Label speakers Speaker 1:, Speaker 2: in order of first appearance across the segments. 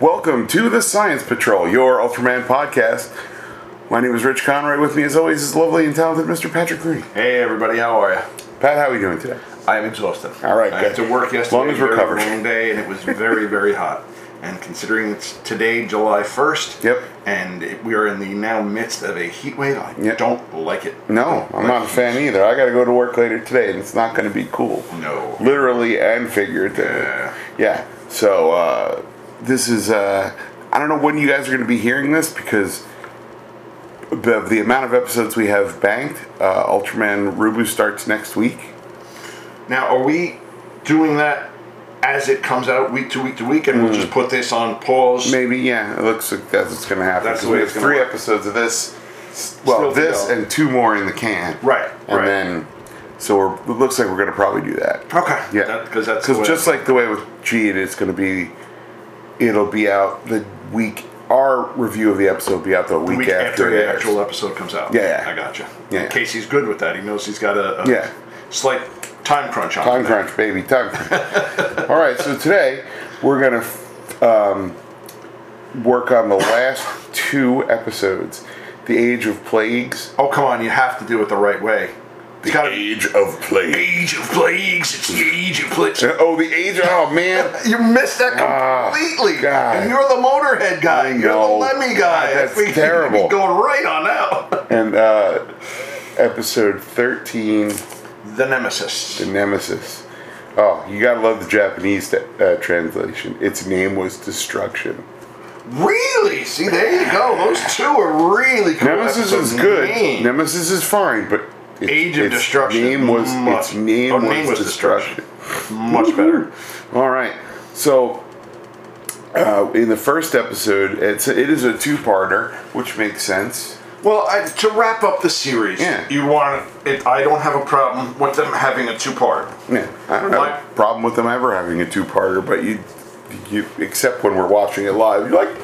Speaker 1: Welcome to the Science Patrol, your Ultraman podcast. My name is Rich Conroy. With me, as always, is lovely and talented Mr. Patrick Green.
Speaker 2: Hey everybody, how are you?
Speaker 1: Pat, how are you doing today?
Speaker 2: I am exhausted.
Speaker 1: All right,
Speaker 2: I had
Speaker 1: good.
Speaker 2: to work yesterday.
Speaker 1: Long as
Speaker 2: very
Speaker 1: we're covered.
Speaker 2: Long day, and it was very, very hot. And considering it's today, July first.
Speaker 1: Yep.
Speaker 2: And it- we are in the now midst of a heat wave. I
Speaker 1: Yep.
Speaker 2: don't like it.
Speaker 1: No, I'm not a fan either. I got to go to work later today, and it's not going to be cool.
Speaker 2: No.
Speaker 1: Literally and figuratively.
Speaker 2: Yeah.
Speaker 1: Yeah. So uh, this is. Uh, I don't know when you guys are going to be hearing this because of the amount of episodes we have banked. Uh, Ultraman Rubu starts next week.
Speaker 2: Now, are we doing that as it comes out week to week to week, and we'll
Speaker 1: Mm.
Speaker 2: just put this on pause?
Speaker 1: Maybe. Yeah. It looks like that's what's going to happen.
Speaker 2: That's the
Speaker 1: 'cause
Speaker 2: way
Speaker 1: we have
Speaker 2: it's gonna
Speaker 1: three
Speaker 2: work.
Speaker 1: episodes of this. s- Well,
Speaker 2: Still to
Speaker 1: this
Speaker 2: go.
Speaker 1: and two more in the can.
Speaker 2: Right,
Speaker 1: And
Speaker 2: right.
Speaker 1: then, so we're, it looks like we're going to probably do that.
Speaker 2: Okay.
Speaker 1: Yeah,
Speaker 2: Because that's the
Speaker 1: because
Speaker 2: way-
Speaker 1: just like the way with G, it is going to be, it'll be out the week. Our review of the episode will be out the week,
Speaker 2: the week after, the
Speaker 1: theirs.
Speaker 2: actual episode comes out.
Speaker 1: Yeah, yeah.
Speaker 2: I gotcha.
Speaker 1: Yeah.
Speaker 2: Casey's good with that. He knows he's got a, a
Speaker 1: Yeah.
Speaker 2: slight time crunch on
Speaker 1: time
Speaker 2: that.
Speaker 1: crunch, baby, time crunch. All right, so today we're going to um, work on the last two episodes, the Age of Plagues.
Speaker 2: Oh come on, you have to do it the right way. It's got to
Speaker 1: Age of Plagues.
Speaker 2: Age of Plagues. It's the Age of Plagues.
Speaker 1: Oh, the Age. Oh man.
Speaker 2: You missed that
Speaker 1: Ah,
Speaker 2: completely.
Speaker 1: God.
Speaker 2: And you're the Motorhead
Speaker 1: I
Speaker 2: guy. You're
Speaker 1: know.
Speaker 2: the Lemmy guy.
Speaker 1: That's
Speaker 2: We- we-
Speaker 1: terrible.
Speaker 2: We going right on out.
Speaker 1: and uh, episode thirteen.
Speaker 2: The Nemesis.
Speaker 1: The Nemesis. Oh, you gotta love the Japanese uh, translation. Its name was Destruction.
Speaker 2: Really? See, there you go. Those two are really cool.
Speaker 1: Nemesis
Speaker 2: episodes.
Speaker 1: is good.
Speaker 2: Man.
Speaker 1: Nemesis is fine, but it,
Speaker 2: Age of Destruction.
Speaker 1: Name was its
Speaker 2: Much-
Speaker 1: name,
Speaker 2: oh,
Speaker 1: was,
Speaker 2: name was
Speaker 1: Destruction.
Speaker 2: Destruction. Much better.
Speaker 1: All right, so. Uh, in the first episode, it's it is a two-parter, which makes sense.
Speaker 2: Well, I, to wrap up the series,
Speaker 1: Yeah.
Speaker 2: you want it. I don't have a problem with them having a two-part.
Speaker 1: Yeah, I don't have
Speaker 2: Like-
Speaker 1: a problem with them ever having a two-parter, but you, you except when we're watching it live, you're like,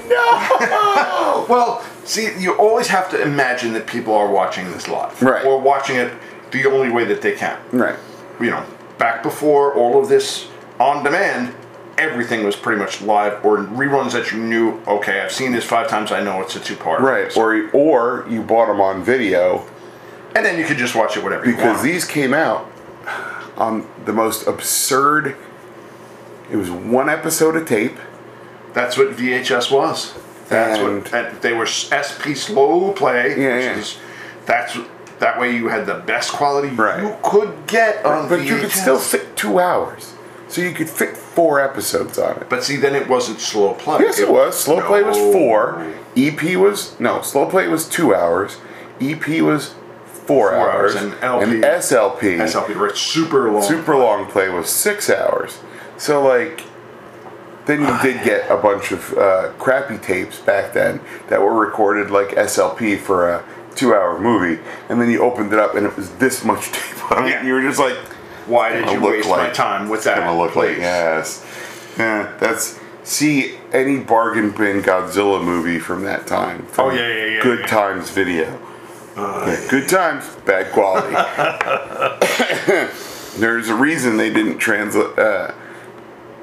Speaker 1: no.
Speaker 2: Well, see, you always have to imagine that people are watching this live,
Speaker 1: Right.
Speaker 2: Or watching it the only way that they can.
Speaker 1: right.
Speaker 2: You know, back before all of this on demand, everything was pretty much live or reruns that you knew. Okay, I've seen this five times. I know it's a two-part.
Speaker 1: Right, or or you bought them on video
Speaker 2: and then you could just watch it whatever you
Speaker 1: because
Speaker 2: want.
Speaker 1: these came out on the most absurd. It was one episode of tape.
Speaker 2: That's what VHS was. That's
Speaker 1: And-
Speaker 2: what and they were s- SP slow play.
Speaker 1: Yeah,
Speaker 2: which
Speaker 1: yeah.
Speaker 2: is- that's that way you had the best quality
Speaker 1: Right.
Speaker 2: you could get on
Speaker 1: But you could
Speaker 2: VHS.
Speaker 1: still fit two hours, so you could fit four episodes on it.
Speaker 2: But see, then it wasn't slow play.
Speaker 1: Yes, it was. Slow play was
Speaker 2: No.
Speaker 1: four. EP was no. Slow play was two hours. EP was four, hours,
Speaker 2: hours, and LP
Speaker 1: and SLP,
Speaker 2: SLP, right? Super long.
Speaker 1: super long play was six hours. So like, then you did get a bunch of uh, crappy tapes back then that were recorded like SLP for a two-hour movie, and then you opened it up and it was this much tape on it.
Speaker 2: Yeah.
Speaker 1: And you were just like,
Speaker 2: Why did
Speaker 1: gonna
Speaker 2: you
Speaker 1: look
Speaker 2: waste my
Speaker 1: like-
Speaker 2: time with that?
Speaker 1: "It's gonna look like
Speaker 2: place?
Speaker 1: yes." Yeah, that's see any bargain bin Godzilla movie from that time. from
Speaker 2: Oh, yeah, yeah, yeah,
Speaker 1: Good
Speaker 2: yeah. Uh,
Speaker 1: times video. Yeah, good times, bad quality. There's a reason they didn't translate, uh,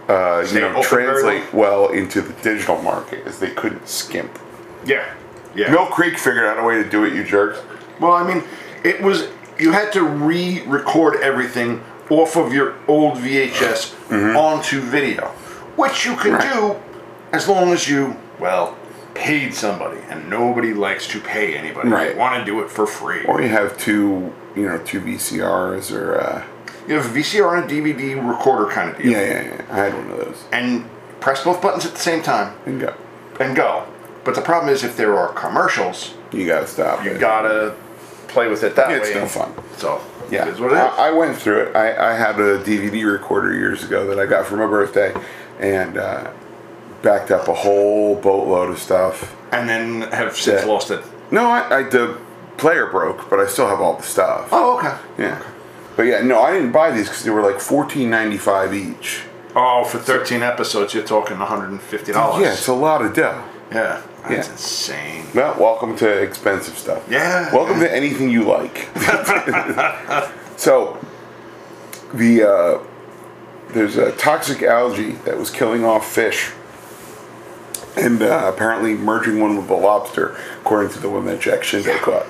Speaker 1: uh, you
Speaker 2: Stay
Speaker 1: know,
Speaker 2: open very
Speaker 1: translate well into the digital market, is they couldn't skimp.
Speaker 2: Yeah. Yeah.
Speaker 1: Mill Creek figured out a way to do it, you jerks.
Speaker 2: Well, I mean, it was you had to re-record everything off of your old VHS
Speaker 1: Mm-hmm.
Speaker 2: onto video, which you could do as long as you well paid somebody, and nobody likes to pay anybody.
Speaker 1: Right.
Speaker 2: They want to do it for free.
Speaker 1: Or you have two, you know, two VCRs or uh,
Speaker 2: you have a VCR and a DVD recorder kind of deal,
Speaker 1: yeah, yeah, yeah. I had one of those.
Speaker 2: and press both buttons at the same time
Speaker 1: And go.
Speaker 2: and go. But the problem is, if there are commercials,
Speaker 1: You gotta stop.
Speaker 2: you
Speaker 1: it.
Speaker 2: gotta play with it that
Speaker 1: It's
Speaker 2: way.
Speaker 1: no fun.
Speaker 2: So
Speaker 1: Yeah,
Speaker 2: it is what it is.
Speaker 1: I, I went through it. I, I had a DVD recorder years ago that I got for my birthday, and uh, backed up a whole boatload of stuff.
Speaker 2: and then have since
Speaker 1: Yeah.
Speaker 2: lost it.
Speaker 1: No, I, I the player broke, but I still have all the stuff.
Speaker 2: Oh, okay.
Speaker 1: Yeah, but yeah, no, I didn't buy these because they were like fourteen ninety five each.
Speaker 2: Oh, for 13 episodes, you're talking $150.
Speaker 1: Yeah, it's a lot of dough.
Speaker 2: yeah. That's
Speaker 1: Yeah.
Speaker 2: insane.
Speaker 1: Well, welcome to expensive stuff.
Speaker 2: Yeah.
Speaker 1: Welcome to anything you like. so, the uh, there's a toxic algae that was killing off fish and uh, apparently merging one with a lobster, according to the one that Jack Shingo caught,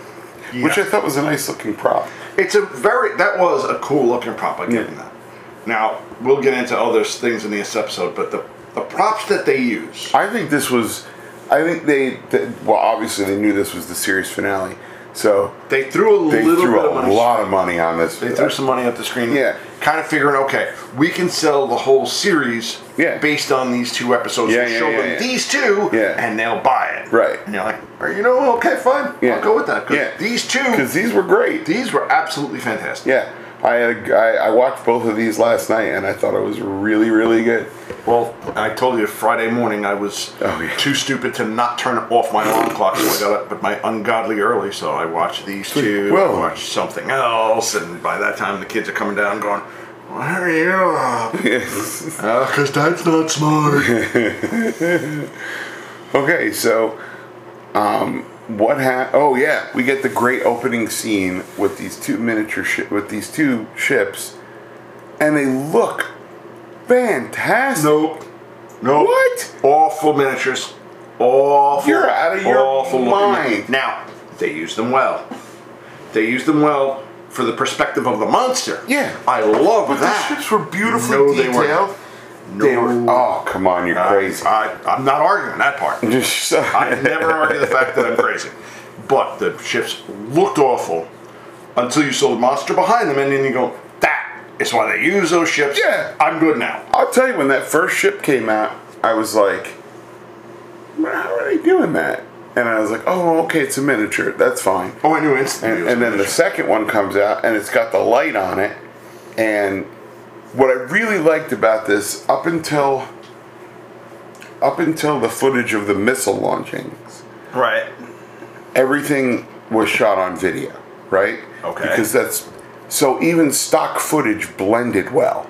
Speaker 1: which I thought was a nice looking prop.
Speaker 2: It's a very that was a cool looking prop. I give him that. Now we'll get into other things in this episode, but the the props that they use.
Speaker 1: I think this was, I think they, they well, obviously they knew this was the series finale, so
Speaker 2: They threw a
Speaker 1: they
Speaker 2: little
Speaker 1: threw
Speaker 2: bit of
Speaker 1: a
Speaker 2: money.
Speaker 1: lot of money on this.
Speaker 2: They threw some money at the screen.
Speaker 1: Yeah.
Speaker 2: Kind of figuring, okay, we can sell the whole series
Speaker 1: Yeah.
Speaker 2: based on these two episodes.
Speaker 1: Yeah,
Speaker 2: We'll
Speaker 1: yeah,
Speaker 2: show
Speaker 1: yeah,
Speaker 2: them
Speaker 1: yeah.
Speaker 2: these two
Speaker 1: Yeah.
Speaker 2: and they'll buy it.
Speaker 1: Right.
Speaker 2: And you're like, you know, okay, fine.
Speaker 1: Yeah.
Speaker 2: I'll go with that. 'cause
Speaker 1: Yeah.
Speaker 2: These
Speaker 1: because
Speaker 2: two,
Speaker 1: Uh, these were great.
Speaker 2: these were absolutely fantastic.
Speaker 1: Yeah, I had a, I, I watched both of these last night, and I thought it was really really good.
Speaker 2: Well, I told you Friday morning I was
Speaker 1: Oh, yeah.
Speaker 2: too stupid to not turn off my alarm clock, so I got up, but my ungodly early, so I watched these two,
Speaker 1: Well-
Speaker 2: I watched something else, and by that time the kids are coming down going, why are you up? Because that's not smart.
Speaker 1: Okay, so um, what ha Oh yeah, we get the great opening scene with these two miniature shi with these two ships, and they look fantastic.
Speaker 2: Nope. Nope.
Speaker 1: What?
Speaker 2: Awful miniatures. Awful.
Speaker 1: You're out of your
Speaker 2: looking
Speaker 1: mind.
Speaker 2: miniatures. Now, they use them well. They use them well for the perspective of the monster.
Speaker 1: Yeah.
Speaker 2: I love
Speaker 1: But the
Speaker 2: that.
Speaker 1: ships were beautifully
Speaker 2: No, they
Speaker 1: detailed.
Speaker 2: weren't. No.
Speaker 1: They were. Oh come on, you're
Speaker 2: I-
Speaker 1: crazy.
Speaker 2: I, I'm not arguing that part.
Speaker 1: Just so-
Speaker 2: I never argue the fact that I'm crazy. But the ships looked awful until you saw the monster behind them, and then you go, that is why they use those ships.
Speaker 1: Yeah.
Speaker 2: I'm good now.
Speaker 1: I'll tell you, when that first ship came out, I was like, "Well, "How are they doing that?" And I was like, "Oh, okay, it's a miniature. That's fine."
Speaker 2: Oh, I knew instantly.
Speaker 1: And,
Speaker 2: it was
Speaker 1: and then the
Speaker 2: finished.
Speaker 1: second one comes out, and it's got the light on it. And what I really liked about this, up until up until the footage of the missile launchings,
Speaker 2: Right.
Speaker 1: everything was shot on video, right?
Speaker 2: Okay.
Speaker 1: Because that's so even stock footage blended well.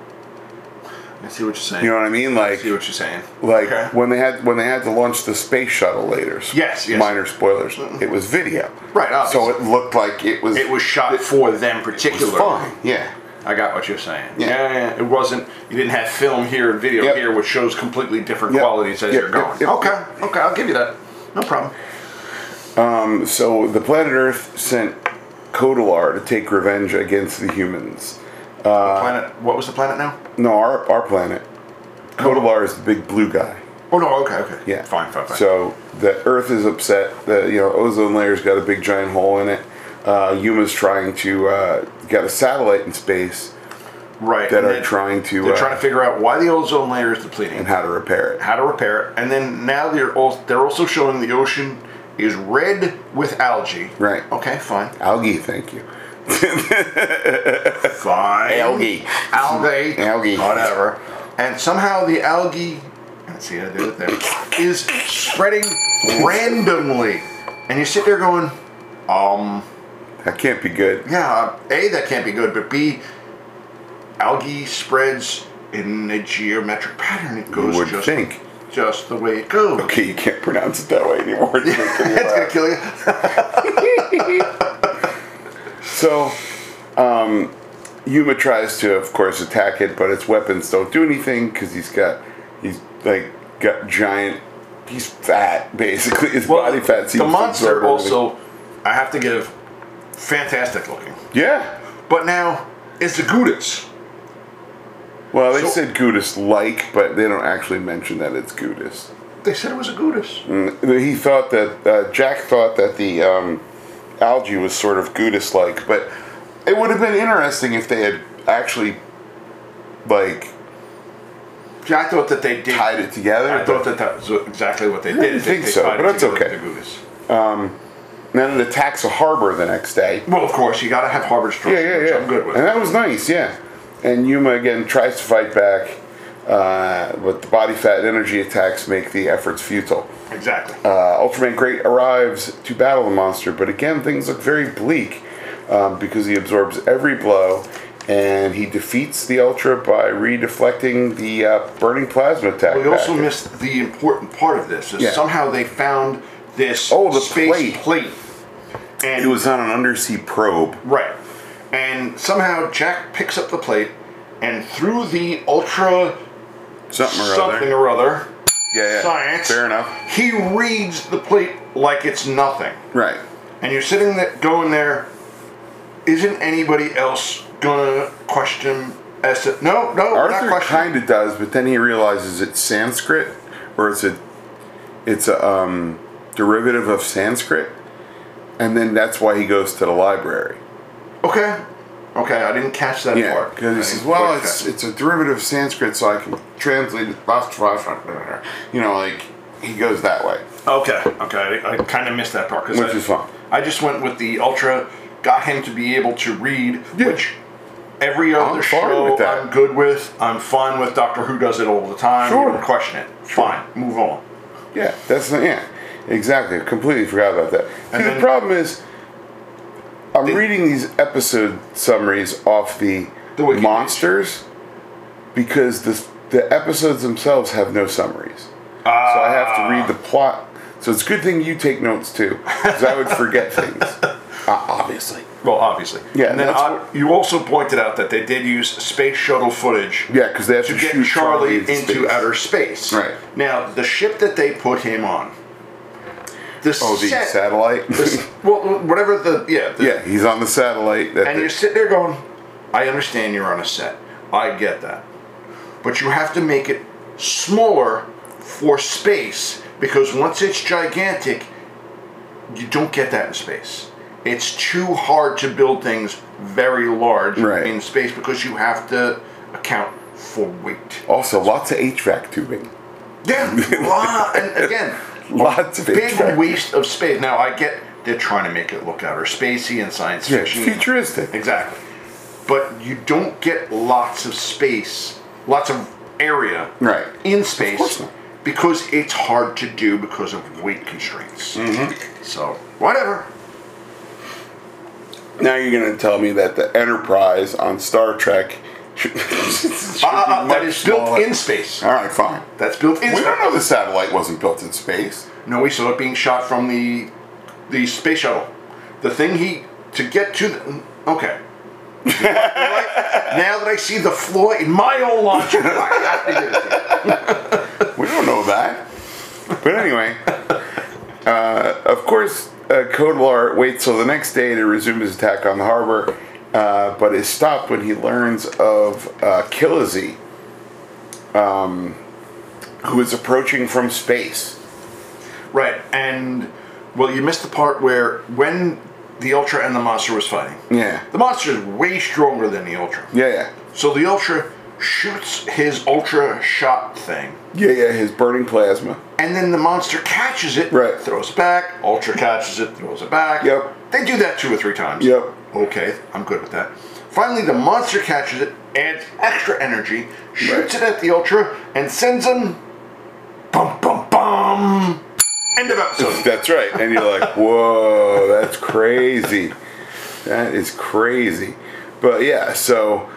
Speaker 2: I see what you're saying.
Speaker 1: You know what I mean? Like
Speaker 2: I see what you're saying.
Speaker 1: like
Speaker 2: Okay.
Speaker 1: when they had when they had to launch the space shuttle later. s-
Speaker 2: Yes, yes.
Speaker 1: Minor spoilers. It was video.
Speaker 2: Right,
Speaker 1: So
Speaker 2: obviously.
Speaker 1: it looked like it was
Speaker 2: it was shot for them
Speaker 1: it was
Speaker 2: particular.
Speaker 1: fine. Yeah.
Speaker 2: I got what you're saying.
Speaker 1: Yeah.
Speaker 2: Yeah. yeah, yeah. It wasn't. You didn't have film here and video
Speaker 1: Yep.
Speaker 2: here, which shows completely different
Speaker 1: Yep.
Speaker 2: qualities as
Speaker 1: Yep,
Speaker 2: you're
Speaker 1: yep,
Speaker 2: going.
Speaker 1: yep.
Speaker 2: Okay. Okay. I'll give you that. No problem.
Speaker 1: So the planet Earth sent Kodalar to take revenge against the humans. Uh,
Speaker 2: planet. What was the planet now?
Speaker 1: No, our our planet. Kodalar is the big blue guy.
Speaker 2: Oh no. Okay. Okay.
Speaker 1: Yeah.
Speaker 2: Fine. Fine. Fine.
Speaker 1: So the Earth is upset. The you know ozone layer's got a big giant hole in it. Uh, Yuma's trying to uh, get a satellite in space
Speaker 2: right.
Speaker 1: that
Speaker 2: and
Speaker 1: are
Speaker 2: then
Speaker 1: trying to
Speaker 2: They're
Speaker 1: uh,
Speaker 2: trying to figure out why the ozone layer is depleting.
Speaker 1: and how to repair it.
Speaker 2: how to repair it, and then now they're all, they're also showing the ocean is red with algae.
Speaker 1: Right.
Speaker 2: Okay, fine.
Speaker 1: Algae, thank you.
Speaker 2: Fine.
Speaker 1: Algae.
Speaker 2: Algae.
Speaker 1: Algae.
Speaker 2: Whatever. And somehow the algae, let's see how I did it there, is spreading randomly. And you sit there going, um,
Speaker 1: That can't be good.
Speaker 2: yeah, uh, A, that can't be good, but B, algae spreads in a geometric pattern. It
Speaker 1: You
Speaker 2: goes
Speaker 1: would
Speaker 2: just,
Speaker 1: think.
Speaker 2: just the way it goes.
Speaker 1: Okay, you can't pronounce it that way anymore. It's making me
Speaker 2: That's going
Speaker 1: laugh.
Speaker 2: to kill you.
Speaker 1: So, um, Yuma tries to, of course, attack it, but its weapons don't do anything because he's got, he's like got giant. He's fat, basically. His body fat seems
Speaker 2: the
Speaker 1: to absorb
Speaker 2: monster
Speaker 1: everything.
Speaker 2: also, I have to give, fantastic looking.
Speaker 1: Yeah.
Speaker 2: But now it's the Gudis.
Speaker 1: Well, they
Speaker 2: So-
Speaker 1: said Gudis like, but they don't actually mention that it's Gudis.
Speaker 2: They said it was a Gudis.
Speaker 1: Mm. He thought that uh, Jack thought that the um, algae was sort of Gudis-like, but it would have been interesting if they had actually like
Speaker 2: Yeah, I thought that they did.
Speaker 1: tied it together.
Speaker 2: I thought that that was exactly what they did.
Speaker 1: didn't
Speaker 2: is that
Speaker 1: think
Speaker 2: they
Speaker 1: so,
Speaker 2: tied
Speaker 1: but
Speaker 2: it
Speaker 1: that's
Speaker 2: together
Speaker 1: okay.
Speaker 2: with the Gudis.
Speaker 1: then it attacks a harbor the next day.
Speaker 2: Well, of course, you got to have harbor structure,
Speaker 1: Yeah, yeah,
Speaker 2: which
Speaker 1: yeah.
Speaker 2: I'm good with.
Speaker 1: And that was nice, yeah. And Yuma again tries to fight back, uh, but the body fat and energy attacks make the efforts futile.
Speaker 2: Exactly.
Speaker 1: Uh, Ultraman Great arrives to battle the monster, but again, things look very bleak um, because he absorbs every blow and he defeats the Ultra by re deflecting the uh, burning plasma attack.
Speaker 2: we also
Speaker 1: back.
Speaker 2: missed the important part of this. Is
Speaker 1: Yeah.
Speaker 2: Somehow they found this
Speaker 1: Oh, the
Speaker 2: space
Speaker 1: plate.
Speaker 2: And
Speaker 1: it was on an undersea probe.
Speaker 2: Right. And somehow Jack picks up the plate and through the ultra
Speaker 1: Something or
Speaker 2: something
Speaker 1: other.
Speaker 2: or other
Speaker 1: Yeah, yeah.
Speaker 2: science.
Speaker 1: Fair enough.
Speaker 2: He reads the plate like it's nothing.
Speaker 1: Right.
Speaker 2: And you're sitting there going there, isn't anybody else gonna question as to, no, no, we're not
Speaker 1: Arthur
Speaker 2: questioning.
Speaker 1: kind of does, but then he realizes it's Sanskrit, or it's a, it's a um, derivative of Sanskrit, and then that's why he goes to the library.
Speaker 2: okay. Okay, I didn't catch that
Speaker 1: Yeah,
Speaker 2: part.
Speaker 1: because
Speaker 2: I
Speaker 1: he says,
Speaker 2: didn't
Speaker 1: "Well,
Speaker 2: quite
Speaker 1: it's
Speaker 2: catch it.
Speaker 1: it's a derivative of Sanskrit, so I can translate it." blah, blah, blah, blah, blah." You know, like he goes that way,
Speaker 2: Okay, okay, I, I kind of missed that part. 'cause
Speaker 1: which
Speaker 2: I-
Speaker 1: is fun.
Speaker 2: I just went with the ultra, got him to be able to read,
Speaker 1: Yeah.
Speaker 2: which every other
Speaker 1: I'm fine
Speaker 2: show
Speaker 1: with that.
Speaker 2: I'm good with. I'm fine with Doctor Who does it all the time.
Speaker 1: Sure.
Speaker 2: You don't question it. Fine, move on.
Speaker 1: Yeah, that's not, yeah, exactly. Completely forgot about that.
Speaker 2: And
Speaker 1: See, the
Speaker 2: then-
Speaker 1: problem is, I'm reading these episode summaries off the,
Speaker 2: The wiki page.
Speaker 1: monsters because the the episodes themselves have no summaries, so I have
Speaker 2: Ah.
Speaker 1: to read the plot. So it's a good thing you take notes too, because I would forget things. Uh, obviously,
Speaker 2: Well, obviously.
Speaker 1: Yeah,
Speaker 2: and then
Speaker 1: that's
Speaker 2: I,
Speaker 1: what-
Speaker 2: you also pointed out that they did use space shuttle footage
Speaker 1: yeah, because they have to,
Speaker 2: to get
Speaker 1: shoot
Speaker 2: Charlie into
Speaker 1: space.
Speaker 2: outer space.
Speaker 1: Right.
Speaker 2: Now, the ship that they put him on. The
Speaker 1: Oh, the
Speaker 2: set-
Speaker 1: satellite.
Speaker 2: the s- well, whatever the yeah, the,
Speaker 1: yeah, he's on the satellite. That
Speaker 2: And
Speaker 1: they-
Speaker 2: you're sitting there going, I understand you're on a set. I get that. But you have to make it smaller for space because once it's gigantic, you don't get that in space. It's too hard to build things very large
Speaker 1: Right.
Speaker 2: in space because you have to account for weight.
Speaker 1: also, lots of HVAC tubing.
Speaker 2: Yeah. wow. And again,
Speaker 1: Lots of
Speaker 2: big
Speaker 1: HVAC.
Speaker 2: waste of space. Now, I get they're trying to make it look outer spacey and science
Speaker 1: Yeah,
Speaker 2: fiction.
Speaker 1: futuristic.
Speaker 2: Exactly. But you don't get lots of space, lots of area
Speaker 1: Right.
Speaker 2: in space
Speaker 1: course not.
Speaker 2: because it's hard to do because of weight constraints.
Speaker 1: Mm-hmm.
Speaker 2: So, whatever.
Speaker 1: Now you're going to tell me that the Enterprise on Star Trek should, Ah, should
Speaker 2: Uh, uh, uh,
Speaker 1: be much
Speaker 2: that is built
Speaker 1: smaller.
Speaker 2: in space.
Speaker 1: All right, fine.
Speaker 2: That's built in
Speaker 1: We
Speaker 2: space.
Speaker 1: don't know the satellite wasn't built in space.
Speaker 2: No, we saw it being shot from the the space shuttle. The thing he to get to the okay. now that I see the flaw in my own logic, I have to give it to you.
Speaker 1: We don't know that. But anyway, uh, of course, uh, Kodalar waits till the next day to resume his attack on the harbor, uh, but is stopped when he learns of uh, Kilizi, um, who is approaching from space.
Speaker 2: Right, and well, you missed the part where when the Ultra and the Monster was fighting.
Speaker 1: Yeah.
Speaker 2: The Monster is way stronger than the Ultra.
Speaker 1: Yeah, yeah.
Speaker 2: So the Ultra shoots his Ultra shot thing,
Speaker 1: Yeah, yeah, his burning plasma.
Speaker 2: and then the Monster catches it,
Speaker 1: Right.
Speaker 2: throws it back, Ultra catches it, throws it back.
Speaker 1: Yep.
Speaker 2: They do that two or three times.
Speaker 1: Yep.
Speaker 2: Okay, I'm good with that. Finally, the Monster catches it, adds extra energy, shoots
Speaker 1: Right.
Speaker 2: it at the Ultra, and sends him. Bum, bum, bum! End of episode.
Speaker 1: That's right. And you're like, whoa, that's crazy. That is crazy. But yeah, so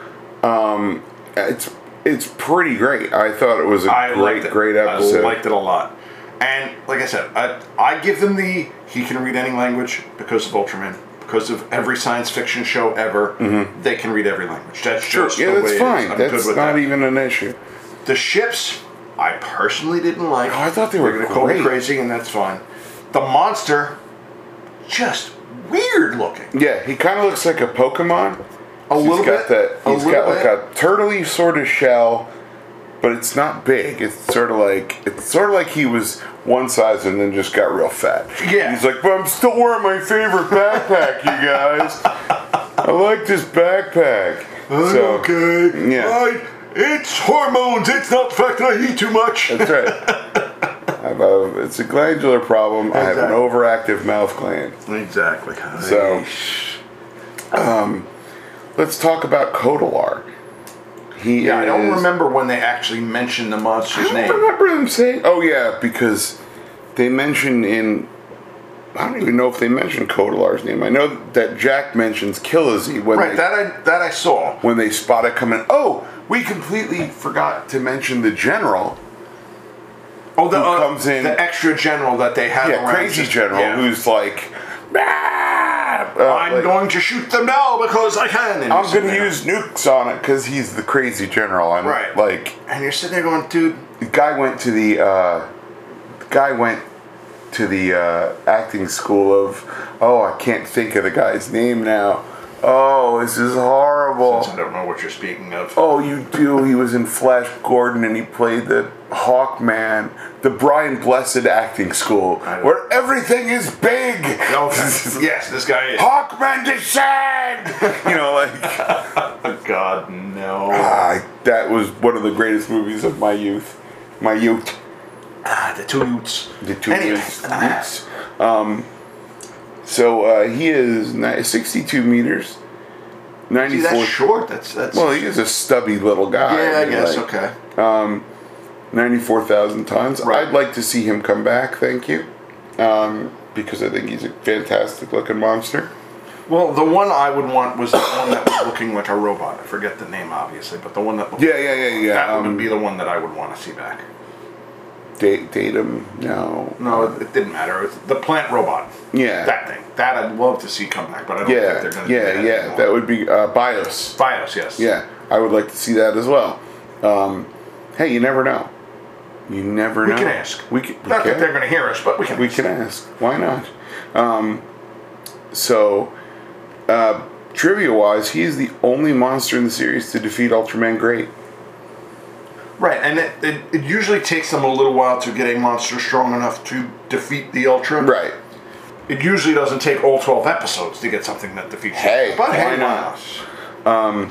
Speaker 1: um, it's it's pretty great. I thought it was a
Speaker 2: I
Speaker 1: great,
Speaker 2: liked it.
Speaker 1: great episode.
Speaker 2: I liked it a lot. And like I said, I, I give them the he can read any language because of Ultraman, because of every science fiction show ever. They can read every language. That's
Speaker 1: Mm-hmm. Sure,
Speaker 2: just
Speaker 1: yeah,
Speaker 2: the way it
Speaker 1: that's
Speaker 2: is.
Speaker 1: fine.
Speaker 2: I'm
Speaker 1: That's
Speaker 2: good with
Speaker 1: not
Speaker 2: that.
Speaker 1: even an issue.
Speaker 2: the ships. I personally didn't like.
Speaker 1: Oh, I thought they were
Speaker 2: They're gonna call me
Speaker 1: great.
Speaker 2: crazy, and that's fine. The monster, just weird looking.
Speaker 1: Yeah, he kind of looks like a Pokemon.
Speaker 2: A little
Speaker 1: got
Speaker 2: bit.
Speaker 1: That,
Speaker 2: a
Speaker 1: he's
Speaker 2: little
Speaker 1: got
Speaker 2: bit.
Speaker 1: like a turtley sort of shell, but it's not big. It's sort of like it's sort of like he was one size and then just got real fat.
Speaker 2: Yeah.
Speaker 1: He's like, but I'm still wearing my favorite backpack, you guys. I like this backpack.
Speaker 2: I'm
Speaker 1: so,
Speaker 2: okay.
Speaker 1: yeah.
Speaker 2: I- it's hormones. It's not the fact that I eat too much.
Speaker 1: That's right. I have a, it's a glandular problem. I have an
Speaker 2: Exactly.
Speaker 1: overactive mouth gland.
Speaker 2: Exactly.
Speaker 1: So, um, let's talk about Kodalar. He
Speaker 2: Yeah, I don't
Speaker 1: is-
Speaker 2: remember when they actually mentioned the monster's
Speaker 1: I
Speaker 2: name.
Speaker 1: don't remember them saying. Oh yeah, because they mentioned in. I don't even know if they mentioned Kodalar's name. I know that Jack mentions Kilizi when
Speaker 2: Right,
Speaker 1: they,
Speaker 2: that I that I saw.
Speaker 1: when they spot it coming. Oh, we completely forgot to mention the general.
Speaker 2: Oh, the
Speaker 1: Who comes in-
Speaker 2: the extra general that they have.
Speaker 1: Yeah,
Speaker 2: around
Speaker 1: crazy
Speaker 2: just-
Speaker 1: general
Speaker 2: yeah.
Speaker 1: who's like, "Ah, Uh,
Speaker 2: I'm
Speaker 1: like,
Speaker 2: going to shoot them now because I can. And
Speaker 1: I'm
Speaker 2: you're sitting
Speaker 1: gonna
Speaker 2: there-
Speaker 1: use nukes on it because he's the crazy general. And
Speaker 2: Right.
Speaker 1: like
Speaker 2: And you're sitting there going, dude,
Speaker 1: the guy went to the uh, the guy went to the uh, acting school of oh I can't think of the guy's name now. Oh, this is horrible.
Speaker 2: I don't know what you're speaking of.
Speaker 1: Oh, you do. He was in Flash Gordon and he played the Hawkman, the Brian Blessed acting school,
Speaker 2: I-
Speaker 1: where everything is big.
Speaker 2: Okay. yes, this guy is.
Speaker 1: Hawkman descend! You know, like,
Speaker 2: Oh, God, no.
Speaker 1: ah, that was one of the greatest movies of my youth. My youth.
Speaker 2: Ah, the two utes.
Speaker 1: The two
Speaker 2: Anyway.
Speaker 1: roots- roots. Um, so uh, he is ni- 62 meters,
Speaker 2: See,
Speaker 1: 94.
Speaker 2: that's short. That's that's.
Speaker 1: Well, he is a stubby little guy.
Speaker 2: yeah, I guess.
Speaker 1: like,
Speaker 2: okay.
Speaker 1: 94,000 tons.
Speaker 2: Right.
Speaker 1: I'd like to see him come back, thank you. Um, because I think he's a fantastic looking monster.
Speaker 2: Well, the one I would want was the one that was looking like a robot. I forget the name, obviously, but the one that looked,
Speaker 1: Yeah, yeah, yeah,
Speaker 2: that
Speaker 1: yeah.
Speaker 2: would
Speaker 1: Um,
Speaker 2: be the one that I would want to see back.
Speaker 1: da- datum? No.
Speaker 2: No, it, it didn't matter. It was the plant robot.
Speaker 1: Yeah.
Speaker 2: That thing. That I'd love to see come back, but I don't think
Speaker 1: yeah,
Speaker 2: they're going to.
Speaker 1: yeah,
Speaker 2: do that
Speaker 1: yeah.
Speaker 2: anymore.
Speaker 1: That would be uh, BIOS.
Speaker 2: Fios, yes.
Speaker 1: Yeah, I would like to see that as well. Um, hey, you never know. You never
Speaker 2: We
Speaker 1: know.
Speaker 2: can ask.
Speaker 1: We can, we
Speaker 2: Not that
Speaker 1: can.
Speaker 2: they're going to hear us, but we can.
Speaker 1: we can ask. Why not? Um, so, uh, trivia wise, he is the only monster in the series to defeat Ultraman Great.
Speaker 2: Right, and it, it, it usually takes them a little while to get a monster strong enough to defeat the Ultra.
Speaker 1: Right.
Speaker 2: It usually doesn't take all 12 episodes to get something that defeats it.
Speaker 1: Hey,
Speaker 2: but hey,
Speaker 1: why not?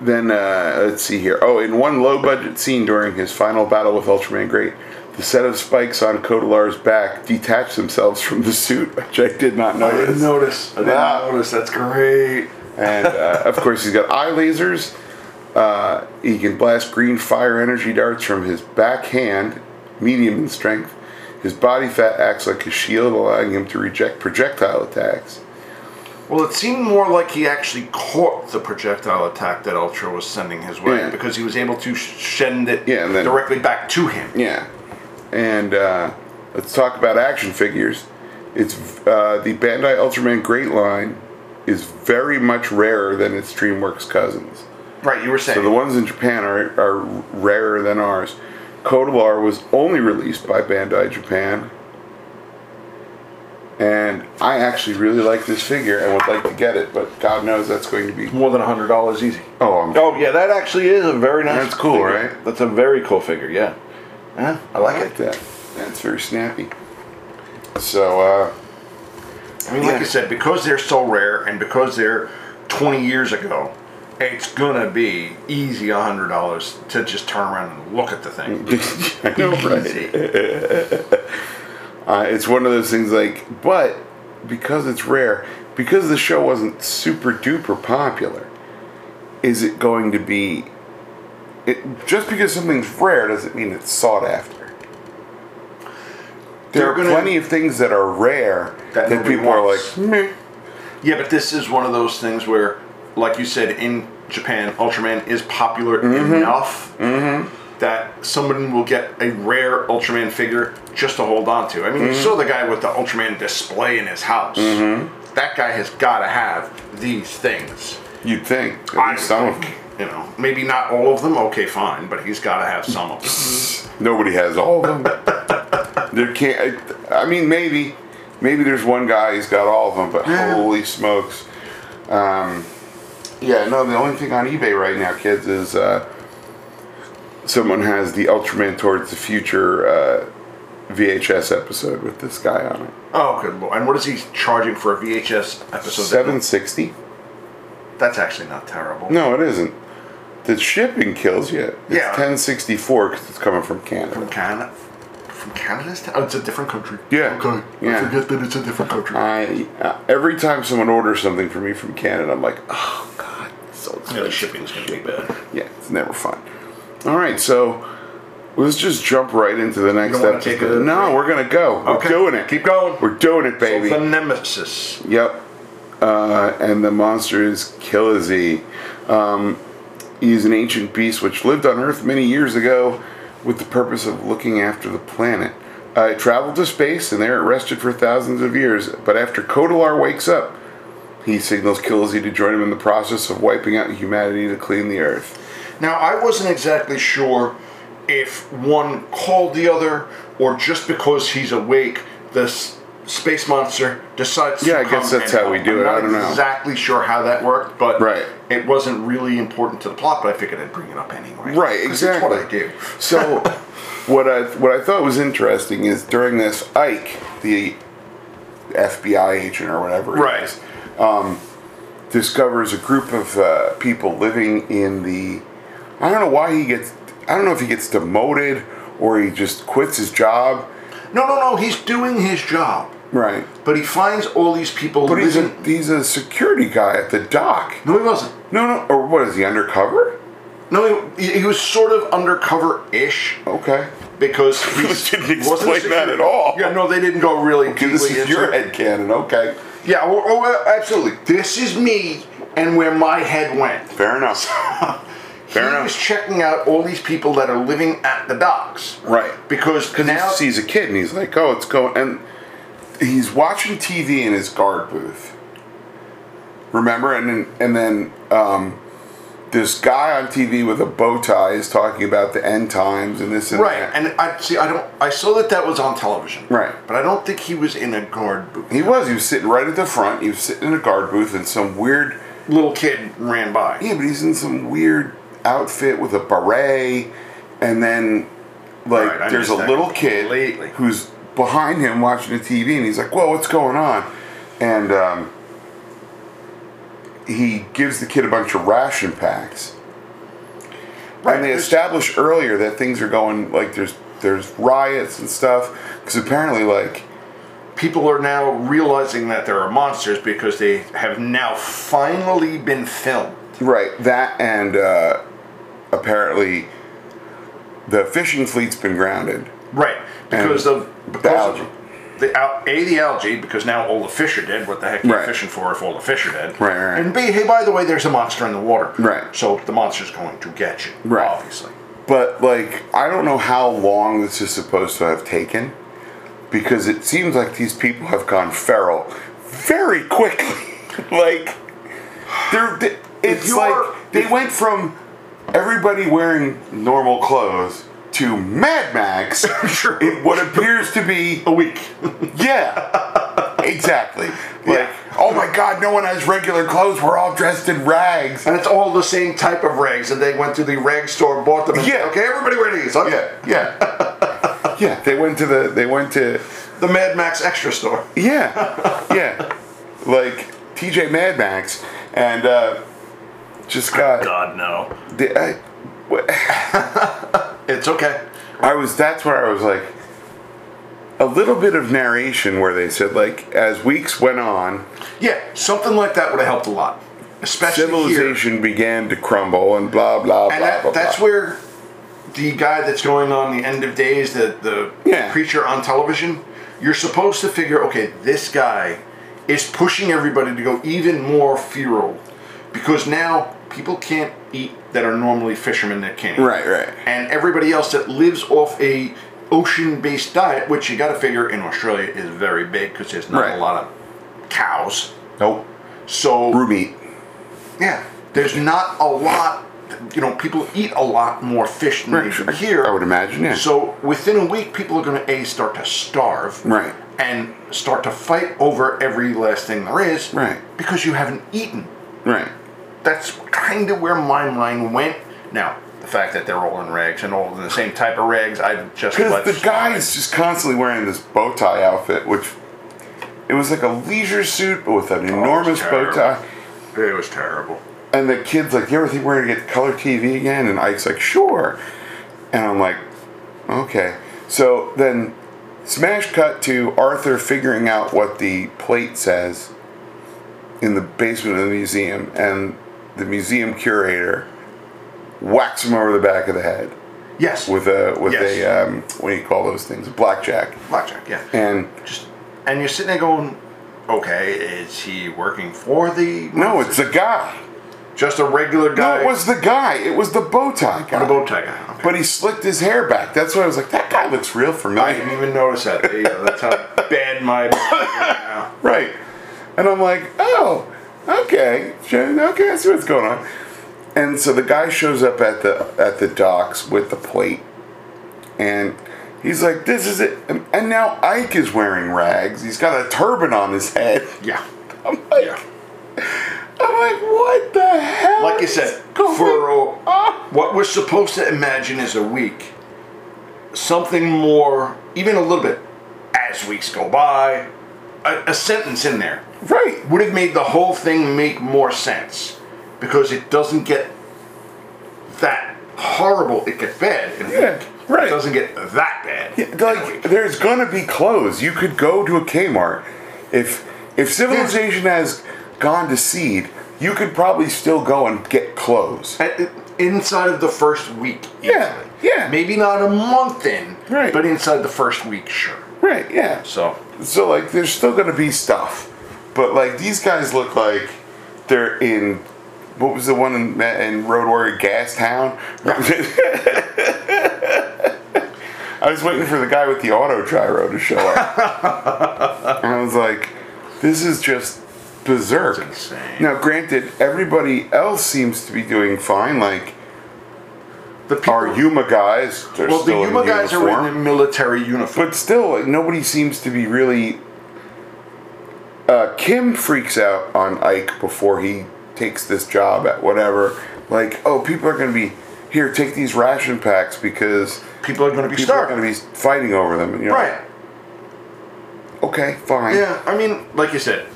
Speaker 1: Then, uh, let's see here. Oh, in one low budget scene during his final battle with Ultraman Great, the set of spikes on Kodalar's back detach themselves from the suit, which I did not
Speaker 2: I
Speaker 1: notice.
Speaker 2: didn't notice. I didn't
Speaker 1: Wow.
Speaker 2: notice. That's great.
Speaker 1: And, uh, of course, he's got eye lasers. Uh, he can blast green fire energy darts from his back hand, medium in strength. His body fat acts like a shield, allowing him to reject projectile attacks.
Speaker 2: Well, it seemed more like he actually caught the projectile attack that Ultra was sending his way
Speaker 1: Yeah.
Speaker 2: because he was able to sh- send it
Speaker 1: Yeah, and then-
Speaker 2: directly back to him.
Speaker 1: Yeah. And uh, let's talk about action figures. It's uh, the Bandai Ultraman Great line is very much rarer than its DreamWorks cousins.
Speaker 2: Right, you were saying.
Speaker 1: So the ones in Japan are, are rarer than ours. Kodalar was only released by Bandai Japan. And I actually really like this figure and would like to get it, but God knows that's going to be.
Speaker 2: more than $100 easy.
Speaker 1: Oh, I'm,
Speaker 2: Oh, yeah, that actually is a very nice
Speaker 1: That's cool,
Speaker 2: figure.
Speaker 1: right?
Speaker 2: That's a very cool figure, yeah. Yeah, I like
Speaker 1: I
Speaker 2: it.
Speaker 1: like that. That's very snappy. So, uh,
Speaker 2: I mean, like
Speaker 1: Yeah.
Speaker 2: I said, because they're so rare and because they're 20 years ago, it's gonna be easy $100 to just turn around and look at the thing.
Speaker 1: I know, right?
Speaker 2: Easy.
Speaker 1: Uh, it's one of those things like, but because it's rare, because the show wasn't super duper popular, is it going to be? It just because something's rare doesn't mean it's sought after. There
Speaker 2: They're
Speaker 1: are
Speaker 2: gonna-
Speaker 1: plenty of things that are rare
Speaker 2: That
Speaker 1: that,
Speaker 2: nobody
Speaker 1: people are
Speaker 2: wants.
Speaker 1: like, Meh.
Speaker 2: Yeah, but this is one of those things where, like you said, in Japan, Ultraman is popular
Speaker 1: Mm-hmm.
Speaker 2: enough that someone will get a rare Ultraman figure just to hold on to. I mean,
Speaker 1: Mm-hmm.
Speaker 2: you saw the guy with the Ultraman display in his house.
Speaker 1: Mm-hmm.
Speaker 2: That guy has got to have these things.
Speaker 1: you'd think. At
Speaker 2: I
Speaker 1: least some of
Speaker 2: think, you know, maybe not all of them. Okay, fine, but he's got to have some of them.
Speaker 1: them. Nobody has all of them. there can't. I, I mean, maybe, maybe there's one guy who's got all of them, but
Speaker 2: Yeah.
Speaker 1: holy smokes. Um, Yeah, no, the only thing on eBay right now, kids, is uh, someone has the Ultraman Towards the Future uh, VHS episode with this guy on it.
Speaker 2: Oh, good lord! And what is he charging for a VHS episode? that-
Speaker 1: 760?
Speaker 2: That's actually not terrible.
Speaker 1: No, it isn't. The shipping kills you. It's
Speaker 2: Yeah.
Speaker 1: 1064 because it's coming from
Speaker 2: From
Speaker 1: Canada.
Speaker 2: Canada. From Canada's town? Oh, it's a different country.
Speaker 1: Yeah.
Speaker 2: Okay.
Speaker 1: Yeah.
Speaker 2: I forget that it's a different country.
Speaker 1: I uh, every time someone orders something for me from Canada, I'm like, oh god, it's so
Speaker 2: yeah,
Speaker 1: expensive.
Speaker 2: the shipping's gonna be bad.
Speaker 1: Yeah, it's never fun. All right, so let's just jump right into the next
Speaker 2: wanna
Speaker 1: episode.
Speaker 2: take a-
Speaker 1: no, we're gonna go.
Speaker 2: Okay.
Speaker 1: We're doing it.
Speaker 2: Keep going.
Speaker 1: We're doing it, baby.
Speaker 2: The Nemesis.
Speaker 1: Yep. Uh, and the monster is Killazee. Um, he's an ancient beast which lived on Earth many years ago with the purpose of looking after the planet. Uh, it traveled to space, and there it rested for thousands of years. But after Kodalar wakes up, he signals Killsey to join him in the process of wiping out humanity to clean the Earth.
Speaker 2: Now, I wasn't exactly sure if one called the other or just because he's awake, this space monster decides
Speaker 1: Yeah,
Speaker 2: to
Speaker 1: I guess
Speaker 2: come
Speaker 1: that's
Speaker 2: and
Speaker 1: how we
Speaker 2: help.
Speaker 1: do
Speaker 2: I'm
Speaker 1: it.
Speaker 2: Not
Speaker 1: I don't know.
Speaker 2: exactly sure how that worked, but
Speaker 1: Right.
Speaker 2: it wasn't really important to the plot, but I figured I'd bring it up anyway.
Speaker 1: Right,
Speaker 2: 'Cause it's what
Speaker 1: exactly.
Speaker 2: I do.
Speaker 1: So, what I what I thought was interesting is during this, Ike, the FBI agent or whatever, he
Speaker 2: Right.
Speaker 1: is, um, discovers a group of uh, people living in the. I don't know why he gets. I don't know if he gets demoted or he just quits his job.
Speaker 2: No, no, no, he's doing his job,
Speaker 1: Right.
Speaker 2: but he finds all these people
Speaker 1: But he's a
Speaker 2: living.
Speaker 1: he's a security guy at the dock.
Speaker 2: No, he wasn't.
Speaker 1: No, no, or what is he undercover?
Speaker 2: No, he, he was sort of undercover ish
Speaker 1: Okay.
Speaker 2: because he was
Speaker 1: didn't explain that at all.
Speaker 2: Yeah, no, they didn't go really deeply
Speaker 1: This is
Speaker 2: into
Speaker 1: your
Speaker 2: it.
Speaker 1: headcanon, okay.
Speaker 2: Yeah, oh, oh, absolutely. This is me and where my head went.
Speaker 1: Fair enough. Fair
Speaker 2: he
Speaker 1: enough.
Speaker 2: was checking out all these people that are living at the docks.
Speaker 1: Right.
Speaker 2: Because
Speaker 1: Because
Speaker 2: now
Speaker 1: he sees a kid and he's like, oh, it's going. And he's watching TV in his guard booth. Remember? And then, and then um, this guy on TV with a bow tie is talking about the end times and this and
Speaker 2: Right,
Speaker 1: that.
Speaker 2: and I see. I don't. I saw that that was on television.
Speaker 1: Right.
Speaker 2: but I don't think he was in a guard booth.
Speaker 1: he was. He was sitting right at the front. He was sitting in a guard booth and some weird.
Speaker 2: Little kid ran by.
Speaker 1: Yeah, but he's in some weird outfit with a beret. And then, like,
Speaker 2: Right, I
Speaker 1: there's a
Speaker 2: missed that
Speaker 1: little kid
Speaker 2: completely.
Speaker 1: who's behind him watching the TV, and he's like, "Whoa, what's going on?" And um, he gives the kid a bunch of ration packs.
Speaker 2: Right,
Speaker 1: and they
Speaker 2: there's-
Speaker 1: establish earlier that things are going like there's there's riots and stuff because apparently like
Speaker 2: People are now realizing that there are monsters because they have now finally been filmed.
Speaker 1: right that and uh, apparently the fishing fleet's been grounded.
Speaker 2: Right, because
Speaker 1: And
Speaker 2: of because
Speaker 1: algae.
Speaker 2: Of the al- a the algae because now all the fish are dead. What the heck are
Speaker 1: Right.
Speaker 2: you fishing for if all the fish are dead?
Speaker 1: Right, right, right.
Speaker 2: And b hey, by the way, there's a monster in the water.
Speaker 1: Right.
Speaker 2: So the monster's going to get you.
Speaker 1: Right.
Speaker 2: Obviously.
Speaker 1: But like, I don't know how long this is supposed to have taken, because it seems like these people have gone feral very quickly. like, they're they, it's
Speaker 2: you're-
Speaker 1: like they went from everybody wearing normal clothes to Mad Max
Speaker 2: True.
Speaker 1: in what appears to be
Speaker 2: A week.
Speaker 1: yeah. Exactly. Like,
Speaker 2: Yeah.
Speaker 1: oh my God, no one has regular clothes. We're all dressed in rags.
Speaker 2: and it's all the same type of rags, and they went to the rag store, and bought them. And
Speaker 1: Yeah.
Speaker 2: said, Okay, everybody wear these. Okay.
Speaker 1: Yeah, yeah, yeah. They went to the. They went to.
Speaker 2: The Mad Max Extra Store.
Speaker 1: Yeah, yeah. Like TJ Mad Max, and uh, just got.
Speaker 2: God no.
Speaker 1: The, I, what-
Speaker 2: It's okay.
Speaker 1: I was. That's where I was like. A little bit of narration where they said like, as weeks went on,
Speaker 2: Yeah, something like that would have helped a lot, especially here.
Speaker 1: civilization began to crumble and blah blah blah
Speaker 2: And that,
Speaker 1: blah.
Speaker 2: that's
Speaker 1: blah.
Speaker 2: where the guy that's going on the end of days, the, the
Speaker 1: Yeah.
Speaker 2: preacher on television, you're supposed to figure, okay, this guy is pushing everybody to go even more feral because now people can't eat that are normally fishermen that can't eat.
Speaker 1: Right, right.
Speaker 2: And everybody else that lives off a ocean-based diet, which you got to figure in Australia is very big because there's not
Speaker 1: Right.
Speaker 2: a lot of cows.
Speaker 1: nope.
Speaker 2: So
Speaker 1: Brew meat.
Speaker 2: yeah, there's not a lot. You know, people eat a lot more fish than they do here.
Speaker 1: I would imagine. Yeah.
Speaker 2: So within a week, people are going to a start to starve,
Speaker 1: Right.
Speaker 2: and start to fight over every last thing there is,
Speaker 1: Right.
Speaker 2: Because you haven't eaten.
Speaker 1: right.
Speaker 2: That's kind of where my mind went. Now, the fact that they're all in rags and all in the same type of rags, I just let
Speaker 1: Because the guy is just constantly wearing this bow tie outfit, which it was like a leisure suit but with an enormous bow
Speaker 2: terrible.
Speaker 1: tie.
Speaker 2: it was terrible.
Speaker 1: And the kid's like, "You ever think we're gonna get color TV again?" And Ike's like, "Sure." And I'm like, "Okay." So then, smash cut to Arthur figuring out what the plate says in the basement of the museum, and the museum curator whacks him over the back of the head
Speaker 2: Yes,
Speaker 1: with a with
Speaker 2: Yes.
Speaker 1: a um, what do you call those things? A blackjack.
Speaker 2: blackjack. Yeah,
Speaker 1: And
Speaker 2: just and you're sitting there going, okay, is he working for the?
Speaker 1: No, it's the guy.
Speaker 2: Just a regular
Speaker 1: No,
Speaker 2: guy.
Speaker 1: it was the guy. It was the bow tie
Speaker 2: a
Speaker 1: guy.
Speaker 2: bow tie guy. Okay.
Speaker 1: But he slicked his hair back. That's why I was like, that guy looks real
Speaker 2: I
Speaker 1: familiar.
Speaker 2: didn't even notice that. There you go. That's how bad my.
Speaker 1: Right. And I'm like, oh, okay, sure, okay, I see what's going on. And so the guy shows up at the at the docks with the plate, and he's like, "This is it." And, and now Ike is wearing rags. He's got a turban on his head.
Speaker 2: Yeah.
Speaker 1: I'm like,
Speaker 2: Yeah.
Speaker 1: I'm like, what the hell?
Speaker 2: Like you
Speaker 1: is
Speaker 2: said,
Speaker 1: going
Speaker 2: for a,
Speaker 1: on?"
Speaker 2: what we're supposed to imagine is a week, something more, even a little bit, as weeks go by, a, a sentence in there
Speaker 1: right?
Speaker 2: would have made the whole thing make more sense because it doesn't get that horrible. It gets bad in a
Speaker 1: Yeah,
Speaker 2: week.
Speaker 1: right.
Speaker 2: It doesn't get that bad.
Speaker 1: Yeah, like there's gonna be clothes. You could go to a Kmart. If if civilization has gone to seed, you could probably still go and get clothes.
Speaker 2: At- inside of the first week.
Speaker 1: Yeah,
Speaker 2: easily.
Speaker 1: yeah.
Speaker 2: Maybe not a month in,
Speaker 1: Right.
Speaker 2: but inside the first week, sure.
Speaker 1: Right, yeah.
Speaker 2: So
Speaker 1: So like there's still gonna be stuff. But like these guys look like they're in what was the one in, in Road Warrior Gas Town? I was waiting for the guy with the auto gyro to show up. and I was like, this is just berserk.
Speaker 2: That's insane.
Speaker 1: Now, granted, everybody else seems to be doing fine. Like,
Speaker 2: the people,
Speaker 1: our Yuma guys, they're
Speaker 2: well, the
Speaker 1: still
Speaker 2: Yuma
Speaker 1: in
Speaker 2: guys
Speaker 1: uniform.
Speaker 2: are in the military uniform.
Speaker 1: But still, like nobody seems to be really. Uh, Kim freaks out on Ike before he takes this job at whatever. Like, oh, people are going to be here. Take these ration packs because
Speaker 2: people are going to be
Speaker 1: people are
Speaker 2: starving.
Speaker 1: going to be fighting over them. And you're like,
Speaker 2: right.
Speaker 1: okay, fine.
Speaker 2: Yeah. I mean, like you said,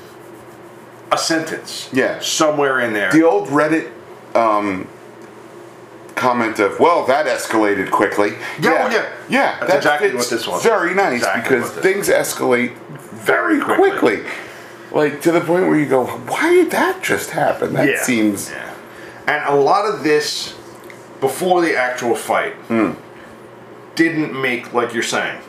Speaker 2: a sentence.
Speaker 1: Yeah.
Speaker 2: Somewhere in there.
Speaker 1: The old Reddit um, comment of, "Well, that escalated quickly."
Speaker 2: Yeah, well, yeah.
Speaker 1: yeah.
Speaker 2: That's exactly what
Speaker 1: fits
Speaker 2: this was.
Speaker 1: Very nice
Speaker 2: Exactly
Speaker 1: because
Speaker 2: what this
Speaker 1: things escalate very
Speaker 2: Quickly.
Speaker 1: quickly. like to the point where you go, "Why did that just happen?" That
Speaker 2: Yeah.
Speaker 1: seems
Speaker 2: Yeah. And a lot of this before the actual fight
Speaker 1: Hmm.
Speaker 2: didn't make, like you're saying,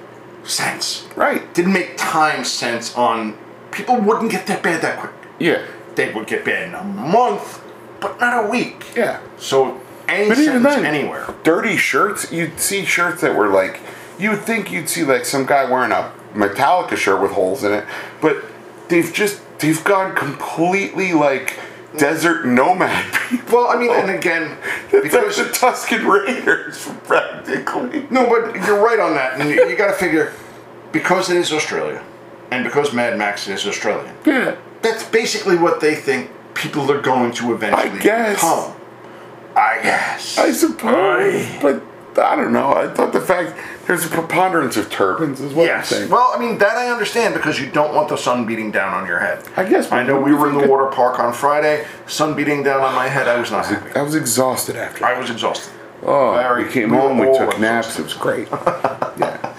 Speaker 2: sense.
Speaker 1: right.
Speaker 2: Didn't make time sense on people wouldn't get that bad that quick.
Speaker 1: Yeah,
Speaker 2: They would get bad in a month, but not a week.
Speaker 1: yeah.
Speaker 2: So any
Speaker 1: But even
Speaker 2: sentence
Speaker 1: then,
Speaker 2: anywhere.
Speaker 1: dirty shirts. You'd see shirts that were like, you would think you'd see like some guy wearing a Metallica shirt with holes in it, but they've just they've gone completely like desert nomad people.
Speaker 2: Well, I mean,
Speaker 1: Oh.
Speaker 2: and again,
Speaker 1: Because
Speaker 2: because
Speaker 1: the Tuscan Raiders, practically.
Speaker 2: No, but you're right on that, and you, you got to figure because it is Australia, and because Mad Max is Australian.
Speaker 1: Yeah.
Speaker 2: That's basically what they think people are going to eventually
Speaker 1: I guess.
Speaker 2: become. I guess.
Speaker 1: I suppose, but I don't know. I thought the fact there's a preponderance of turbans is what I'm
Speaker 2: yes.
Speaker 1: saying.
Speaker 2: Well, I mean that I understand because you don't want the sun beating down on your head.
Speaker 1: I guess
Speaker 2: I know
Speaker 1: we-
Speaker 2: we were in
Speaker 1: we-
Speaker 2: the water park on Friday. Sun beating down on my head. I was not happy.
Speaker 1: I was exhausted after.
Speaker 2: I was exhausted.
Speaker 1: oh,
Speaker 2: Larry,
Speaker 1: we came
Speaker 2: we were
Speaker 1: home, we
Speaker 2: all
Speaker 1: took
Speaker 2: exhausted.
Speaker 1: naps. It was great. yeah.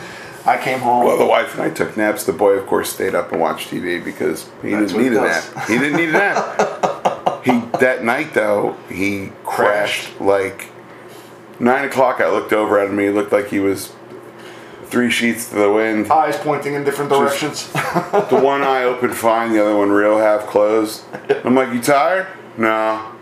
Speaker 2: I came home.
Speaker 1: Well, the wife and I took naps. The boy, of course, stayed up and watched TV because he
Speaker 2: That's
Speaker 1: didn't need a
Speaker 2: what it
Speaker 1: nap. He didn't need a nap. he that night though he crashed, like nine o'clock. I looked over at him. He looked like he was three sheets to the wind.
Speaker 2: eyes pointing in different directions.
Speaker 1: the one eye open fine, the other one real half closed. I'm like, you tired? No.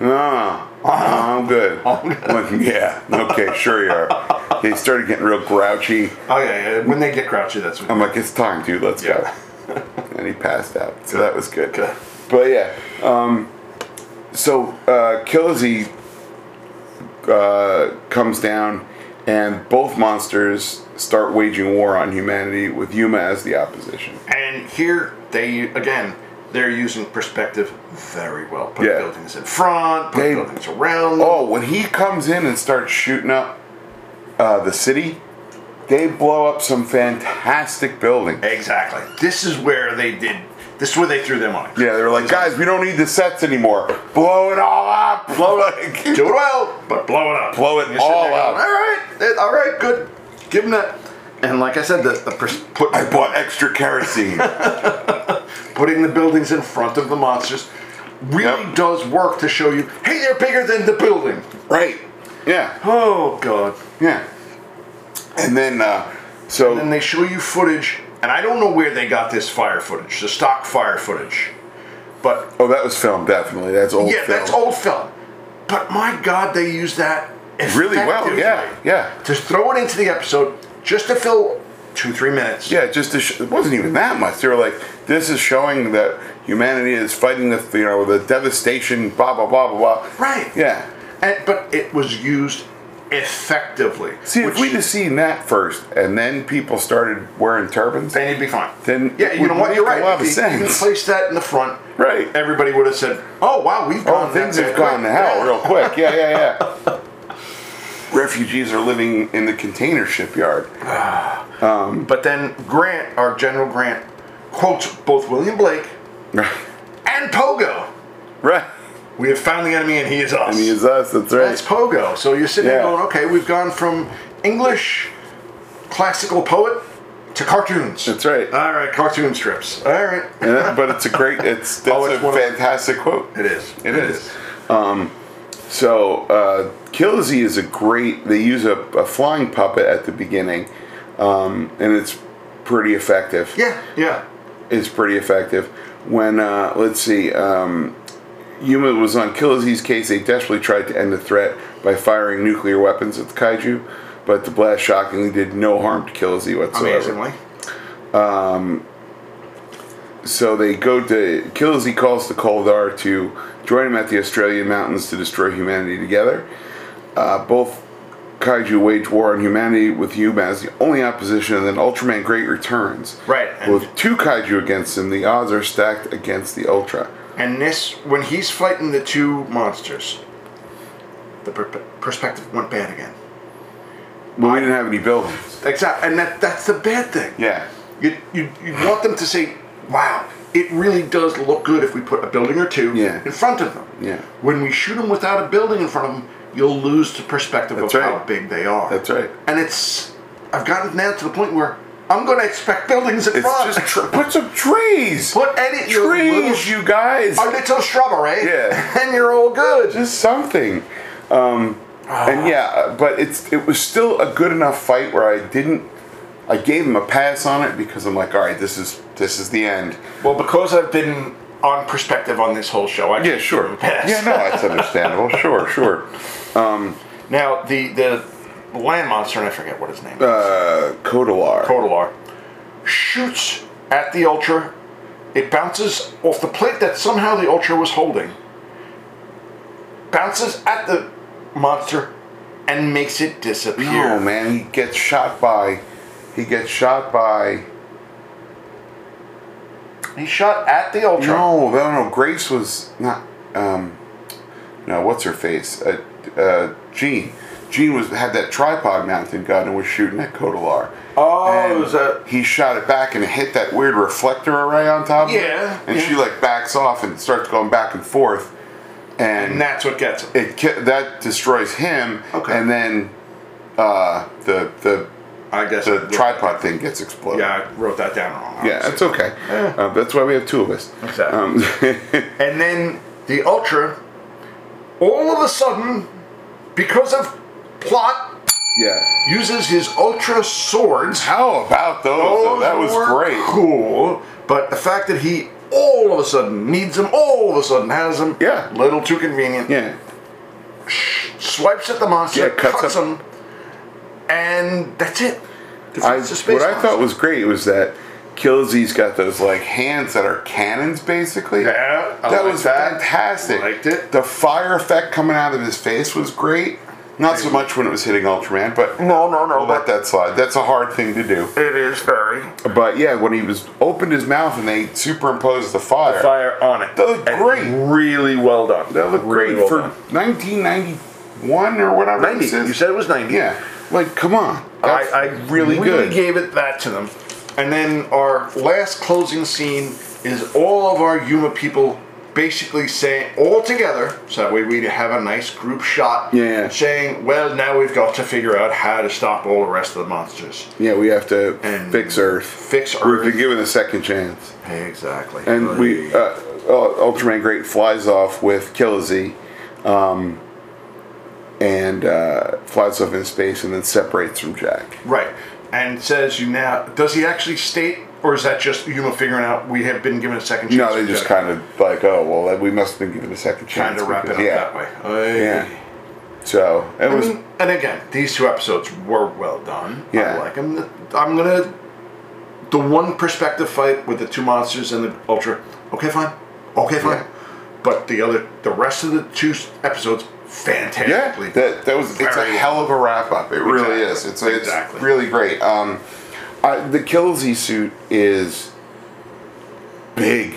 Speaker 1: No. No, I'm good. I'm like, yeah. Okay, sure you are. He started getting real grouchy.
Speaker 2: oh yeah, yeah. When they get grouchy, that's when.
Speaker 1: I'm like, it's time, dude. Let's
Speaker 2: Yeah.
Speaker 1: go. and he passed out, so that was good.
Speaker 2: Good.
Speaker 1: But yeah, um, so uh, Killzy uh, comes down, and both monsters start waging war on humanity with Yuma as the opposition.
Speaker 2: And here they again, they're using perspective very well. Put
Speaker 1: Yeah.
Speaker 2: buildings in front, put
Speaker 1: They-
Speaker 2: buildings around. them.
Speaker 1: Oh, when he comes in and starts shooting up uh, the city, they blow up some fantastic building.
Speaker 2: Exactly. This is where they did. This is where they threw their money.
Speaker 1: Yeah, they were like, guys, we don't need the sets anymore. Blow it all up. Blow it.
Speaker 2: Do it well, but blow it up.
Speaker 1: Blow it
Speaker 2: You're sitting
Speaker 1: all
Speaker 2: there
Speaker 1: up.
Speaker 2: All right, eh, all right, good. Give them that. And like I said, the, the pers- put,
Speaker 1: I bought extra kerosene.
Speaker 2: putting the buildings in front of the monsters really
Speaker 1: Yep.
Speaker 2: does work to show you, hey, they're bigger than the building.
Speaker 1: right. Yeah.
Speaker 2: Oh God.
Speaker 1: Yeah. And then, uh, so
Speaker 2: and they show you footage, and I don't know where they got this fire footage, the stock fire footage, But
Speaker 1: Oh, that was film, definitely. That's old
Speaker 2: yeah,
Speaker 1: film.
Speaker 2: that's old film. But my God, they used that
Speaker 1: Really well, yeah,
Speaker 2: effectively.
Speaker 1: yeah.
Speaker 2: To throw it into the episode just to fill two, three minutes.
Speaker 1: Yeah, just to sh- it wasn't even that much. They were like, this is showing that humanity is fighting the you know the devastation, blah blah blah blah blah.
Speaker 2: Right.
Speaker 1: Yeah.
Speaker 2: And, but it was used effectively.
Speaker 1: See,
Speaker 2: which-
Speaker 1: if we'd have seen that first, and then people started wearing turbans,
Speaker 2: then you'd be fine.
Speaker 1: Then
Speaker 2: yeah,
Speaker 1: it
Speaker 2: you know
Speaker 1: would
Speaker 2: what? You're
Speaker 1: make a
Speaker 2: right.
Speaker 1: lot of
Speaker 2: if you even
Speaker 1: sense.
Speaker 2: placed that in the front,
Speaker 1: Right.
Speaker 2: Everybody would have said, "Oh wow, we've
Speaker 1: oh,
Speaker 2: gone. that
Speaker 1: things have
Speaker 2: bad."
Speaker 1: gone to
Speaker 2: Yeah.
Speaker 1: hell real quick. Yeah, yeah, yeah. Refugees are living in the container shipyard.
Speaker 2: But then Grant, our General Grant, quotes both William Blake and Pogo.
Speaker 1: right.
Speaker 2: We have found the enemy, and he is us.
Speaker 1: I mean, it's us. That's right.
Speaker 2: That's Pogo. So you're sitting there
Speaker 1: Yeah.
Speaker 2: going, okay, we've gone from English classical poet to cartoons.
Speaker 1: That's right.
Speaker 2: All right, cartoon strips. All right.
Speaker 1: And that- but it's a great. It's that's
Speaker 2: Oh, it's
Speaker 1: a
Speaker 2: one of-
Speaker 1: fantastic quote.
Speaker 2: It is.
Speaker 1: It is. So uh, Killsy is a great. They use a, a flying puppet at the beginning, um, and it's pretty effective.
Speaker 2: Yeah, yeah.
Speaker 1: It's pretty effective. When uh, let's see, um, Yuma was on Killsy's case. They desperately tried to end the threat by firing nuclear weapons at the kaiju, but the blast shockingly did no harm to Killsy whatsoever.
Speaker 2: Amazingly.
Speaker 1: So they go to Killsey calls to Koldar to join him at the Australian mountains to destroy humanity together. Uh, both kaiju wage war on humanity with Yuma as the only opposition, and then Ultraman Great returns.
Speaker 2: Right, and-
Speaker 1: with two kaiju against him, the odds are stacked against the Ultra.
Speaker 2: And this, when he's fighting the two monsters, the per- perspective went bad again.
Speaker 1: But we didn't have any buildings.
Speaker 2: Exactly. And that, that's the bad thing.
Speaker 1: Yeah.
Speaker 2: You, you, you want them to say, wow, it really does look good if we put a building or two
Speaker 1: Yeah.
Speaker 2: in front of them.
Speaker 1: Yeah.
Speaker 2: When we shoot them without a building in front of them, you'll lose the perspective
Speaker 1: That's
Speaker 2: of
Speaker 1: right.
Speaker 2: how big they are.
Speaker 1: That's right.
Speaker 2: And it's, I've gotten now to the point where I'm going to expect buildings in
Speaker 1: It's
Speaker 2: front.
Speaker 1: just tr- put some trees.
Speaker 2: put edit your little,
Speaker 1: trees, you guys.
Speaker 2: a little shrubbery,
Speaker 1: Yeah.
Speaker 2: and you're all good.
Speaker 1: just something. Um, and yeah, but it's it was still a good enough fight where I didn't. I gave him a pass on it because I'm like, all right, this is this is the end.
Speaker 2: Well, because I've been on perspective on this whole show, I
Speaker 1: Yeah, sure. Yeah, no, that's understandable. sure, sure.
Speaker 2: Now the the land monster, and I forget what his name is,
Speaker 1: Uh, Kodalar.
Speaker 2: Kodalar, shoots at the ultra. It bounces off the plate that somehow the ultra was holding. Bounces at the monster and makes it disappear.
Speaker 1: no, man, he gets shot by. He gets shot by.
Speaker 2: He shot at the ultra.
Speaker 1: No, no, no. Grace was not. Um, no, what's her face? Uh, uh, Jean. Jean was had that tripod mounted gun and was shooting at Kodalar.
Speaker 2: Oh,
Speaker 1: And
Speaker 2: is that
Speaker 1: he shot it back and it hit that weird reflector array on top of
Speaker 2: Yeah,
Speaker 1: it. And
Speaker 2: yeah.
Speaker 1: she like backs off and starts going back and forth. And,
Speaker 2: and that's what gets him.
Speaker 1: it ki- that destroys him.
Speaker 2: Okay.
Speaker 1: And then uh, the the
Speaker 2: I guess
Speaker 1: the tripod thing gets exploded.
Speaker 2: Yeah, I wrote that down wrong.
Speaker 1: Yeah, that's okay. Uh, that's why we have two of us.
Speaker 2: Exactly.
Speaker 1: Um,
Speaker 2: And then the Ultra, all of a sudden, because of plot,
Speaker 1: yeah.
Speaker 2: uses his Ultra swords.
Speaker 1: How about those? though?
Speaker 2: Those
Speaker 1: that was
Speaker 2: were
Speaker 1: great.
Speaker 2: Cool. But the fact that he all of a sudden needs them, all of a sudden has them.
Speaker 1: Yeah.
Speaker 2: Little too convenient.
Speaker 1: Yeah.
Speaker 2: Swipes at the monster,
Speaker 1: Yeah, cuts
Speaker 2: cuts,
Speaker 1: up-
Speaker 2: him, and that's it.
Speaker 1: I,
Speaker 2: It's a space
Speaker 1: what I
Speaker 2: monster.
Speaker 1: thought was great was that Killsy's got those like hands that are cannons, basically.
Speaker 2: Yeah, I
Speaker 1: that
Speaker 2: liked
Speaker 1: was
Speaker 2: that.
Speaker 1: fantastic.
Speaker 2: Liked it.
Speaker 1: The fire effect coming out of his face was great. Not so much when it was hitting Ultraman, but
Speaker 2: No, no, no.
Speaker 1: I'll let that slide. That's a hard thing to do.
Speaker 2: it is very
Speaker 1: But yeah, when he was opened his mouth and they superimposed the fire,
Speaker 2: fire on it.
Speaker 1: That looked
Speaker 2: And
Speaker 1: great.
Speaker 2: Really well done.
Speaker 1: that looked
Speaker 2: Really
Speaker 1: great
Speaker 2: well
Speaker 1: for
Speaker 2: done.
Speaker 1: 1991 or whatever.
Speaker 2: 90.
Speaker 1: this is.
Speaker 2: You said it was 90.
Speaker 1: yeah. Like, come on.
Speaker 2: I,
Speaker 1: That's
Speaker 2: I
Speaker 1: really good.
Speaker 2: gave it that to them. And then our last closing scene is all of our Yuma people basically saying all together, so that way we have a nice group shot.
Speaker 1: Yeah.
Speaker 2: Saying, well, now we've got to figure out how to stop all the rest of the monsters.
Speaker 1: yeah, we have to
Speaker 2: And
Speaker 1: fix Earth.
Speaker 2: Fix
Speaker 1: We've been
Speaker 2: Earth.
Speaker 1: given a second chance.
Speaker 2: Exactly.
Speaker 1: And we, uh, uh, Ultraman Great flies off with Killzy, um, and uh, flies off into space, and then separates from Jack.
Speaker 2: right. And says you now. Does he actually state, or is that just human figuring out we have been given a second chance?
Speaker 1: No, they just kind of like, oh well, we must have been given a second chance.
Speaker 2: kind of wrap it up
Speaker 1: because- yeah,
Speaker 2: that way. Oy.
Speaker 1: Yeah, so it
Speaker 2: I
Speaker 1: was
Speaker 2: mean, and again, these two episodes were well done.
Speaker 1: Yeah.
Speaker 2: I like them. I'm gonna the one perspective fight with the two monsters and the ultra. Okay, fine. Okay, fine.
Speaker 1: Yeah.
Speaker 2: But the other, the rest of the two s- episodes, fantastically.
Speaker 1: yeah. That that was it's a
Speaker 2: Very-
Speaker 1: hell of a wrap up. It really
Speaker 2: Exactly.
Speaker 1: is. It's it's
Speaker 2: Exactly.
Speaker 1: really great. Um, I, the Killsy suit is big,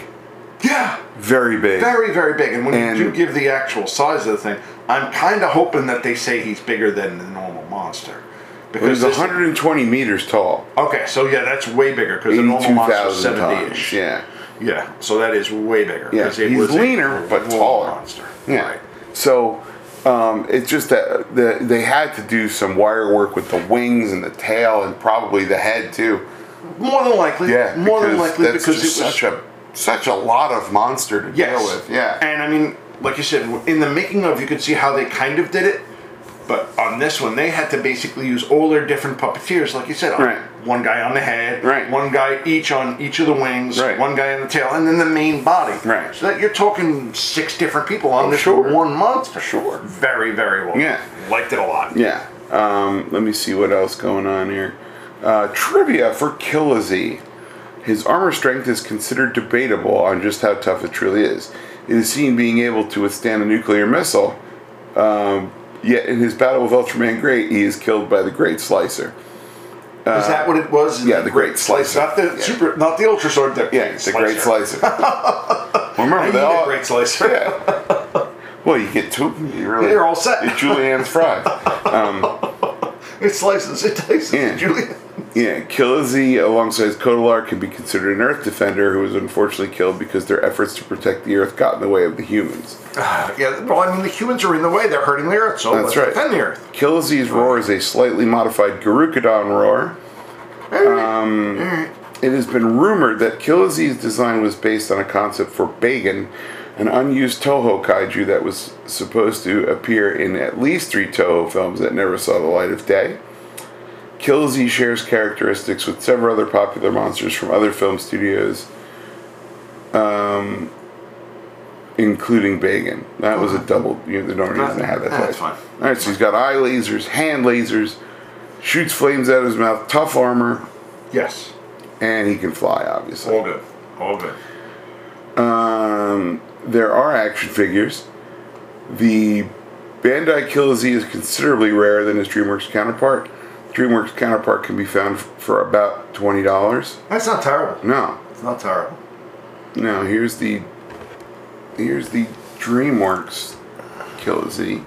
Speaker 2: yeah.
Speaker 1: very big.
Speaker 2: Very, very big. And when
Speaker 1: And-
Speaker 2: you do give the actual size of the thing, I'm kind of hoping that they say he's bigger than the normal monster.
Speaker 1: it was
Speaker 2: this-
Speaker 1: 120 meters tall,
Speaker 2: Okay, so yeah, that's way bigger because the normal monster is
Speaker 1: 82,000
Speaker 2: 70
Speaker 1: tons.
Speaker 2: ish.
Speaker 1: Yeah,
Speaker 2: Yeah, so that is way bigger.
Speaker 1: Yeah,
Speaker 2: 'cause it
Speaker 1: he's
Speaker 2: was a
Speaker 1: leaner, but
Speaker 2: full
Speaker 1: taller.
Speaker 2: Monster.
Speaker 1: yeah.
Speaker 2: Right.
Speaker 1: So. Um, it's just that the, they had to do some wire work with the wings and the tail and probably the head too.
Speaker 2: More than likely.
Speaker 1: Yeah,
Speaker 2: More than likely
Speaker 1: that's
Speaker 2: because it
Speaker 1: just
Speaker 2: was
Speaker 1: such a such a lot of monster to
Speaker 2: yes.
Speaker 1: deal with. Yeah,
Speaker 2: And I mean, like you said, in the making of, you could see how they kind of did it. But on this one, they had to basically use all their different puppeteers, like you said.
Speaker 1: Right.
Speaker 2: One guy on the head.
Speaker 1: Right.
Speaker 2: One guy each on each of the wings.
Speaker 1: Right.
Speaker 2: One guy on the tail, and then the main body.
Speaker 1: Right.
Speaker 2: So that you're talking six different people on this
Speaker 1: sure.
Speaker 2: one monster.
Speaker 1: Sure.
Speaker 2: Very, very well.
Speaker 1: Yeah.
Speaker 2: Liked it a lot.
Speaker 1: yeah. Um, let me see what else going on here. Uh, trivia for Killazee. His armor strength is considered debatable on just how tough it truly is. It is seen being able to withstand a nuclear missile. Um, yet in his battle with Ultraman Great, he is killed by the Great Slicer.
Speaker 2: Is that what it was?
Speaker 1: yeah, the Great Slicer.
Speaker 2: Not the
Speaker 1: Yeah.
Speaker 2: super, not the ultra sword. The
Speaker 1: Yeah, the Great Slicer. Remember, they
Speaker 2: I need a
Speaker 1: all,
Speaker 2: great slicer.
Speaker 1: Yeah. Well, you get two. You really,
Speaker 2: You're all set.
Speaker 1: You're Julianne's fried.
Speaker 2: It slices. It slices.
Speaker 1: Yeah.
Speaker 2: Julia.
Speaker 1: Yeah, Killazee alongside Kodalar can be considered an Earth defender who was unfortunately killed because their efforts to protect the Earth got in the way of the humans.
Speaker 2: yeah. Well, I mean, the humans are in the way. They're hurting the earth. So
Speaker 1: That's
Speaker 2: let's
Speaker 1: right.
Speaker 2: defend the earth.
Speaker 1: Killazee's roar is a slightly modified Garukadon roar. It has been rumored that Killazee's design was based on a concept for Bagan, an unused Toho kaiju that was supposed to appear in at least three Toho films that never saw the light of day. Killazee shares characteristics with several other popular monsters from other film studios, um, including Bagan. That was a double. You know, they don't even have that.
Speaker 2: Nah, that's
Speaker 1: title.
Speaker 2: fine.
Speaker 1: All right, so he's got eye lasers, hand lasers, shoots flames out of his mouth, tough armor,
Speaker 2: Yes.
Speaker 1: and he can fly, obviously.
Speaker 2: All good. All good.
Speaker 1: Um, there are action figures. The Bandai Killazee is considerably rarer than his DreamWorks counterpart. DreamWorks counterpart can be found f- for about twenty dollars.
Speaker 2: That's not terrible.
Speaker 1: No,
Speaker 2: It's not terrible.
Speaker 1: no. Here's the here's the DreamWorks Killazee.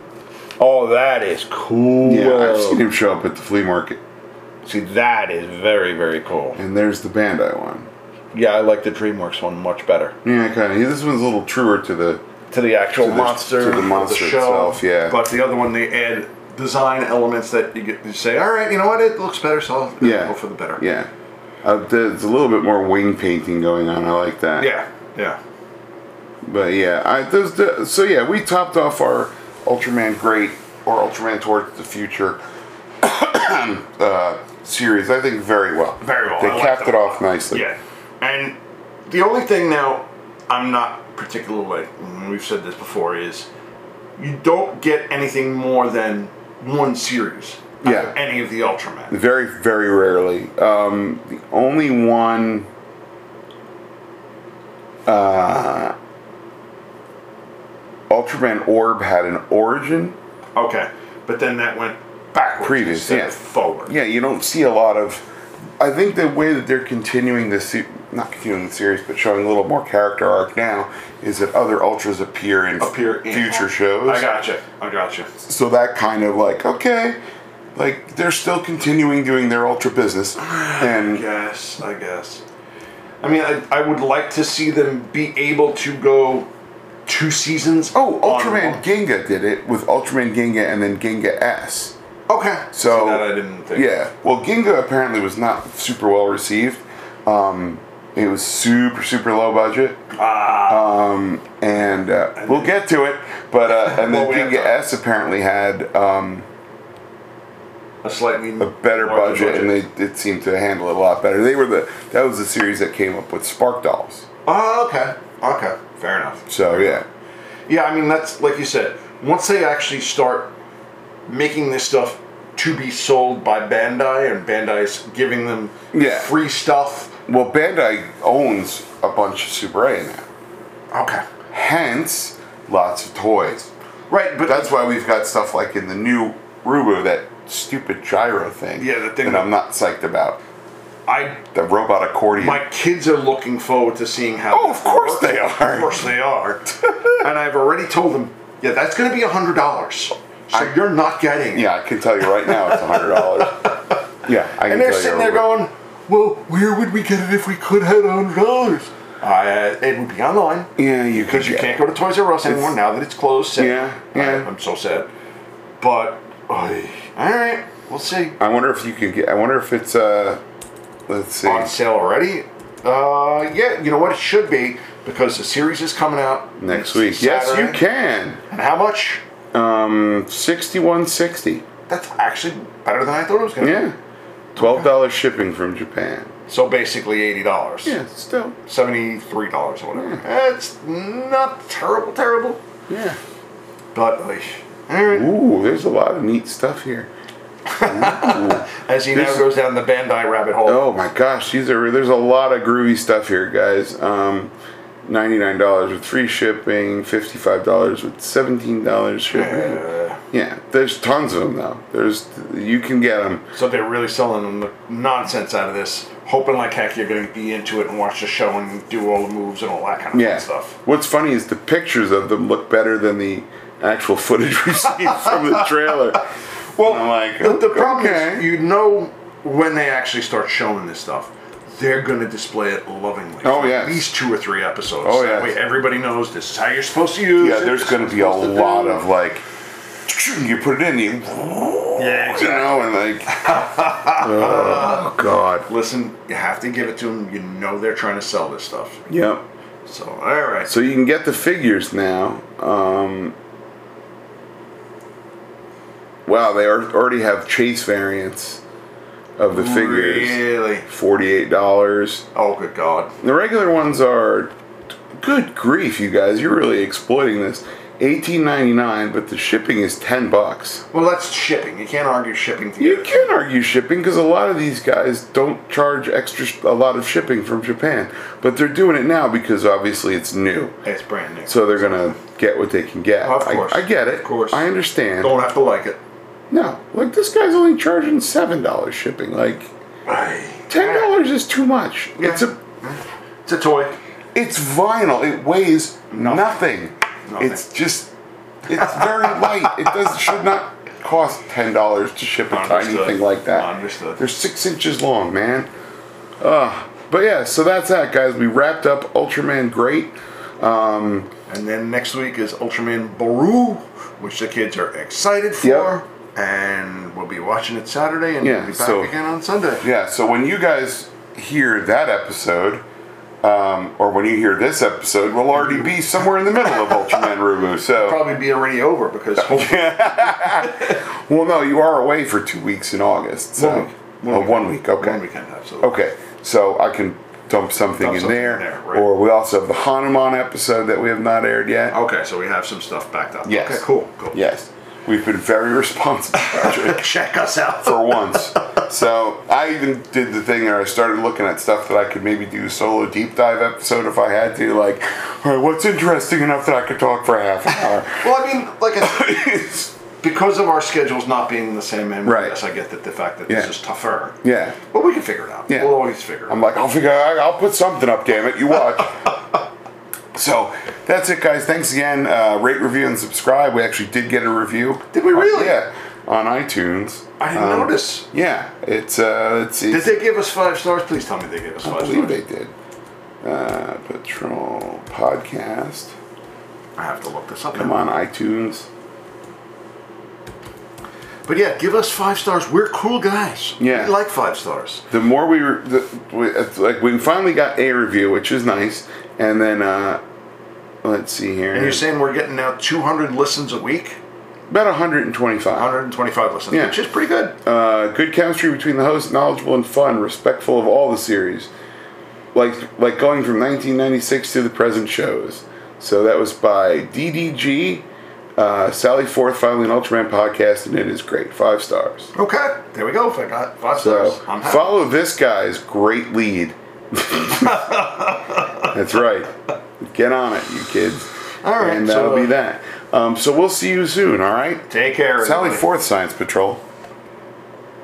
Speaker 3: Oh, that is cool.
Speaker 1: Yeah, I've seen him show up at the flea market.
Speaker 3: See, that is very, very cool.
Speaker 1: And there's the Bandai one.
Speaker 3: Yeah, I like the DreamWorks one much better.
Speaker 1: Yeah, kind of. This one's a little truer to the
Speaker 3: To the actual
Speaker 1: To the-
Speaker 3: monster.
Speaker 1: to the mon- Monster itself, yeah.
Speaker 2: But the other one, they add design elements that you get. You say, all right, you know what? It looks better, so I'll
Speaker 1: yeah.
Speaker 2: go for the better.
Speaker 1: Yeah, uh, there's a little bit more wing painting going on. I like that.
Speaker 2: Yeah. Yeah.
Speaker 1: But yeah, I, those the, so yeah, we topped off our Ultraman Great or Ultraman Towards the Future uh, series. I think very well.
Speaker 2: Very well.
Speaker 1: They
Speaker 2: I like
Speaker 1: capped
Speaker 2: them
Speaker 1: it
Speaker 2: a
Speaker 1: off nicely.
Speaker 2: Yeah. And the only thing now I'm not particularly and we've said this before is you don't get anything more than one series. out of
Speaker 1: Yeah.
Speaker 2: Any of the Ultraman.
Speaker 1: Very very rarely. Um, the only one. Uh, Ultraman Orb had an origin.
Speaker 2: Okay. But then that went backwards
Speaker 1: Previous,
Speaker 2: instead
Speaker 1: yeah.
Speaker 2: of forward.
Speaker 1: yeah, you don't see a lot of. I think the way that they're continuing the se- not continuing the series, but showing a little more character arc now is that other ultras appear in
Speaker 2: Appear in-
Speaker 1: future shows.
Speaker 2: I gotcha. I gotcha.
Speaker 1: so that kind of like okay, like they're still continuing doing their ultra business, and
Speaker 2: Yes, I guess. I mean, I, I would like to see them be able to go two seasons.
Speaker 1: oh,
Speaker 2: on
Speaker 1: Ultraman
Speaker 2: one.
Speaker 1: Ginga did it with Ultraman Ginga and then Ginga S.
Speaker 2: Okay.
Speaker 1: So
Speaker 2: that I didn't think.
Speaker 1: Yeah. Well, Ginga apparently was not super well received. Um, it was super super low budget. Um, and uh, we'll get to it. But uh, and then
Speaker 2: Well, we have
Speaker 1: Ginga
Speaker 2: time.
Speaker 1: S apparently had um,
Speaker 2: a slightly
Speaker 1: a uh, better
Speaker 2: larger
Speaker 1: budget, and they did seem to handle it a lot better. They were the that was the series that came up with Spark Dolls.
Speaker 2: Oh, okay. Okay. Fair enough.
Speaker 1: So yeah,
Speaker 2: Yeah, I mean that's like you said. Once they actually start making this stuff to be sold by Bandai, and Bandai's giving them
Speaker 1: Yeah.
Speaker 2: free stuff.
Speaker 1: well, Bandai owns a bunch of Super A now,
Speaker 2: Okay.
Speaker 1: hence lots of toys.
Speaker 2: Right, but
Speaker 1: That's why we've got stuff like in the new Rubo that stupid gyro thing.
Speaker 2: Yeah, that thing
Speaker 1: that I'm not psyched about
Speaker 2: I
Speaker 1: the robot accordion.
Speaker 2: my kids are looking forward to seeing how.
Speaker 1: Oh, of course they are.
Speaker 2: Of course they are. and I've already told them, yeah, that's going to be a hundred dollars. So you're not getting it.
Speaker 1: yeah, I can tell you right now it's a hundred dollars. yeah, I can
Speaker 2: And they're
Speaker 1: tell you
Speaker 2: sitting there
Speaker 1: right-
Speaker 2: going, well, where would we get it if we could have hundred dollars? Uh, it would be online.
Speaker 1: Yeah, you
Speaker 2: because you can't go to Toys R Us anymore now that it's closed. Sad.
Speaker 1: Yeah, yeah.
Speaker 2: I, am so sad. But oy, all right, we'll see.
Speaker 1: I wonder if you can get. I wonder if it's uh, let's see.
Speaker 2: On sale already? Uh, yeah. You know what? It should be because the series is coming out
Speaker 1: next
Speaker 2: It's
Speaker 1: week. Yes, you
Speaker 2: Saturday.
Speaker 1: can.
Speaker 2: And how much?
Speaker 1: Um, sixty-one sixty.
Speaker 2: That's actually better than I thought it was going to
Speaker 1: Yeah, twelve dollars shipping from Japan.
Speaker 2: be. So basically eighty dollars.
Speaker 1: Yeah, Hmm. still.
Speaker 2: Seventy-three dollars or whatever. That's not terrible, terrible.
Speaker 1: Yeah.
Speaker 2: But oy, all right.
Speaker 1: Ooh, there's a lot of neat stuff here.
Speaker 2: As he now
Speaker 1: This-
Speaker 2: goes down the Bandai rabbit hole.
Speaker 1: Oh my gosh, these are there's a lot of groovy stuff here, guys. Um, ninety-nine dollars with free shipping, fifty-five dollars with seventeen dollars shipping.
Speaker 2: Uh,
Speaker 1: Yeah, there's tons of them though. There's you can get them.
Speaker 2: So they're really selling them the nonsense out of this, hoping like heck you're going to be into it and watch the show and do all the moves and all that kind of
Speaker 1: Yeah.
Speaker 2: fun stuff.
Speaker 1: What's funny is the pictures of them look better than the actual footage we've seen from the trailer.
Speaker 2: Well,
Speaker 1: I'm like,
Speaker 2: the, the problem
Speaker 1: okay.
Speaker 2: is you know when they actually start showing this stuff, they're going to display it lovingly.
Speaker 1: Oh,
Speaker 2: for
Speaker 1: yes.
Speaker 2: At least two or three episodes.
Speaker 1: Oh,
Speaker 2: That
Speaker 1: yes.
Speaker 2: way everybody knows this is how you're supposed to use
Speaker 1: Yeah,
Speaker 2: it,
Speaker 1: there's
Speaker 2: this
Speaker 1: going
Speaker 2: is
Speaker 1: to be a
Speaker 2: what you're supposed to
Speaker 1: lot
Speaker 2: do.
Speaker 1: of like, you put it in, you,
Speaker 2: Yeah,
Speaker 1: you
Speaker 2: exactly.
Speaker 1: know, and like, oh god.
Speaker 2: Listen, you have to give it to them. You know they're trying to sell this stuff.
Speaker 1: Yep.
Speaker 2: So, all right.
Speaker 1: So you can get the figures now. Um, wow, they are, already have chase variants of the figures.
Speaker 2: Really?
Speaker 1: Forty-eight dollars.
Speaker 2: Oh, good God.
Speaker 1: The regular ones are good grief, you guys. You're really exploiting this. Eighteen ninety nine, but the shipping is ten bucks.
Speaker 2: Well, that's shipping. You can't argue shipping to
Speaker 1: You
Speaker 2: get it.
Speaker 1: can argue shipping because a lot of these guys don't charge extra sh- a lot of shipping from Japan, but they're doing it now because obviously it's new,
Speaker 2: It's brand new.
Speaker 1: so they're gonna get what they can get.
Speaker 2: Of course.
Speaker 1: I, I get it.
Speaker 2: Of course.
Speaker 1: I understand.
Speaker 2: don't have to like it.
Speaker 1: No, like this guy's only charging seven dollars shipping. Like ten dollars is too much.
Speaker 2: Yeah.
Speaker 1: It's a
Speaker 2: It's a toy.
Speaker 1: It's vinyl. It weighs nothing.
Speaker 2: Nothing.
Speaker 1: It's just. It's very light. It does should not cost ten dollars to ship a
Speaker 2: Understood.
Speaker 1: tiny thing like that.
Speaker 2: Understood.
Speaker 1: They're six inches long, man. Uh, but yeah, so that's that, guys. We wrapped up Ultraman Great.
Speaker 2: And then next week is Ultraman Baru, which the kids are excited for.
Speaker 1: Yep.
Speaker 2: And we'll be watching it Saturday and
Speaker 1: Yeah,
Speaker 2: we'll be back
Speaker 1: so-
Speaker 2: again on Sunday.
Speaker 1: Yeah. So when you guys hear that episode, um, or when you hear this episode, we'll already be somewhere in the middle of Ultraman Rubu. So
Speaker 2: Probably be already over because hopefully
Speaker 1: well, no, you are away for two weeks in August. So
Speaker 2: One week. One
Speaker 1: Oh,
Speaker 2: week.
Speaker 1: one week. Okay.
Speaker 2: one weekend, absolutely.
Speaker 1: Okay, so I can dump something
Speaker 2: Dump
Speaker 1: in
Speaker 2: something
Speaker 1: there,
Speaker 2: in there, right.
Speaker 1: or we also have the Hanuman episode that we have not aired yet.
Speaker 2: Oh, Okay, so we have some stuff backed up.
Speaker 1: Yes.
Speaker 2: Okay, cool. cool.
Speaker 1: Yes, we've been very responsible Patrick,
Speaker 2: Check us out.
Speaker 1: for once. So I even did the thing where I started looking at stuff that I could maybe do a solo deep dive episode if I had to. Like, all right, what's interesting enough that I could talk for half an hour?
Speaker 2: well, I mean, like I said, because of our schedules not being the same, and
Speaker 1: Right.
Speaker 2: yes, I get that the fact that
Speaker 1: Yeah.
Speaker 2: this is tougher.
Speaker 1: yeah,
Speaker 2: But we can figure it out.
Speaker 1: Yeah.
Speaker 2: We'll always figure it out.
Speaker 1: I'm like, I'll figure. I- I'll put something up. Damn it, you watch. so that's it, guys. Thanks again. Uh, rate, review, and subscribe. We actually did get a review.
Speaker 2: Did we
Speaker 1: Uh,
Speaker 2: really?
Speaker 1: yeah, on iTunes.
Speaker 2: I didn't
Speaker 1: Um,
Speaker 2: notice.
Speaker 1: Yeah, it's uh, it's.
Speaker 2: Did they give us five stars? Please tell me they gave us
Speaker 1: I
Speaker 2: five
Speaker 1: believe
Speaker 2: stars.
Speaker 1: they did. Uh, Patrol podcast.
Speaker 2: I have to look this up.
Speaker 1: Come on, iTunes.
Speaker 2: But yeah, give us five stars. We're cool guys.
Speaker 1: Yeah.
Speaker 2: We like five stars.
Speaker 1: The more we, re- the, we it's like, we finally got a review, which is nice. And then, uh, let's see here.
Speaker 2: And you're saying we're getting now 200 listens a week?
Speaker 1: About 125.
Speaker 2: 125 listens,
Speaker 1: Yeah.
Speaker 2: which is pretty good.
Speaker 1: Uh, good chemistry between the hosts, knowledgeable and fun, respectful of all the series. Like like going from 1996 to the present shows. So that was by DDG, uh, Sally Forth, finally an Ultraman podcast, and it is great. Five stars.
Speaker 2: Okay, there we go. If I got five
Speaker 1: So
Speaker 2: stars, I'm happy.
Speaker 1: follow this guy's great lead. That's right. Get on it, you kids.
Speaker 2: All right,
Speaker 1: and that'll
Speaker 2: so, uh,
Speaker 1: be that. Um, so we'll see you soon. All right.
Speaker 2: Take care.
Speaker 1: Sally
Speaker 2: everybody.
Speaker 1: Forth Science Patrol.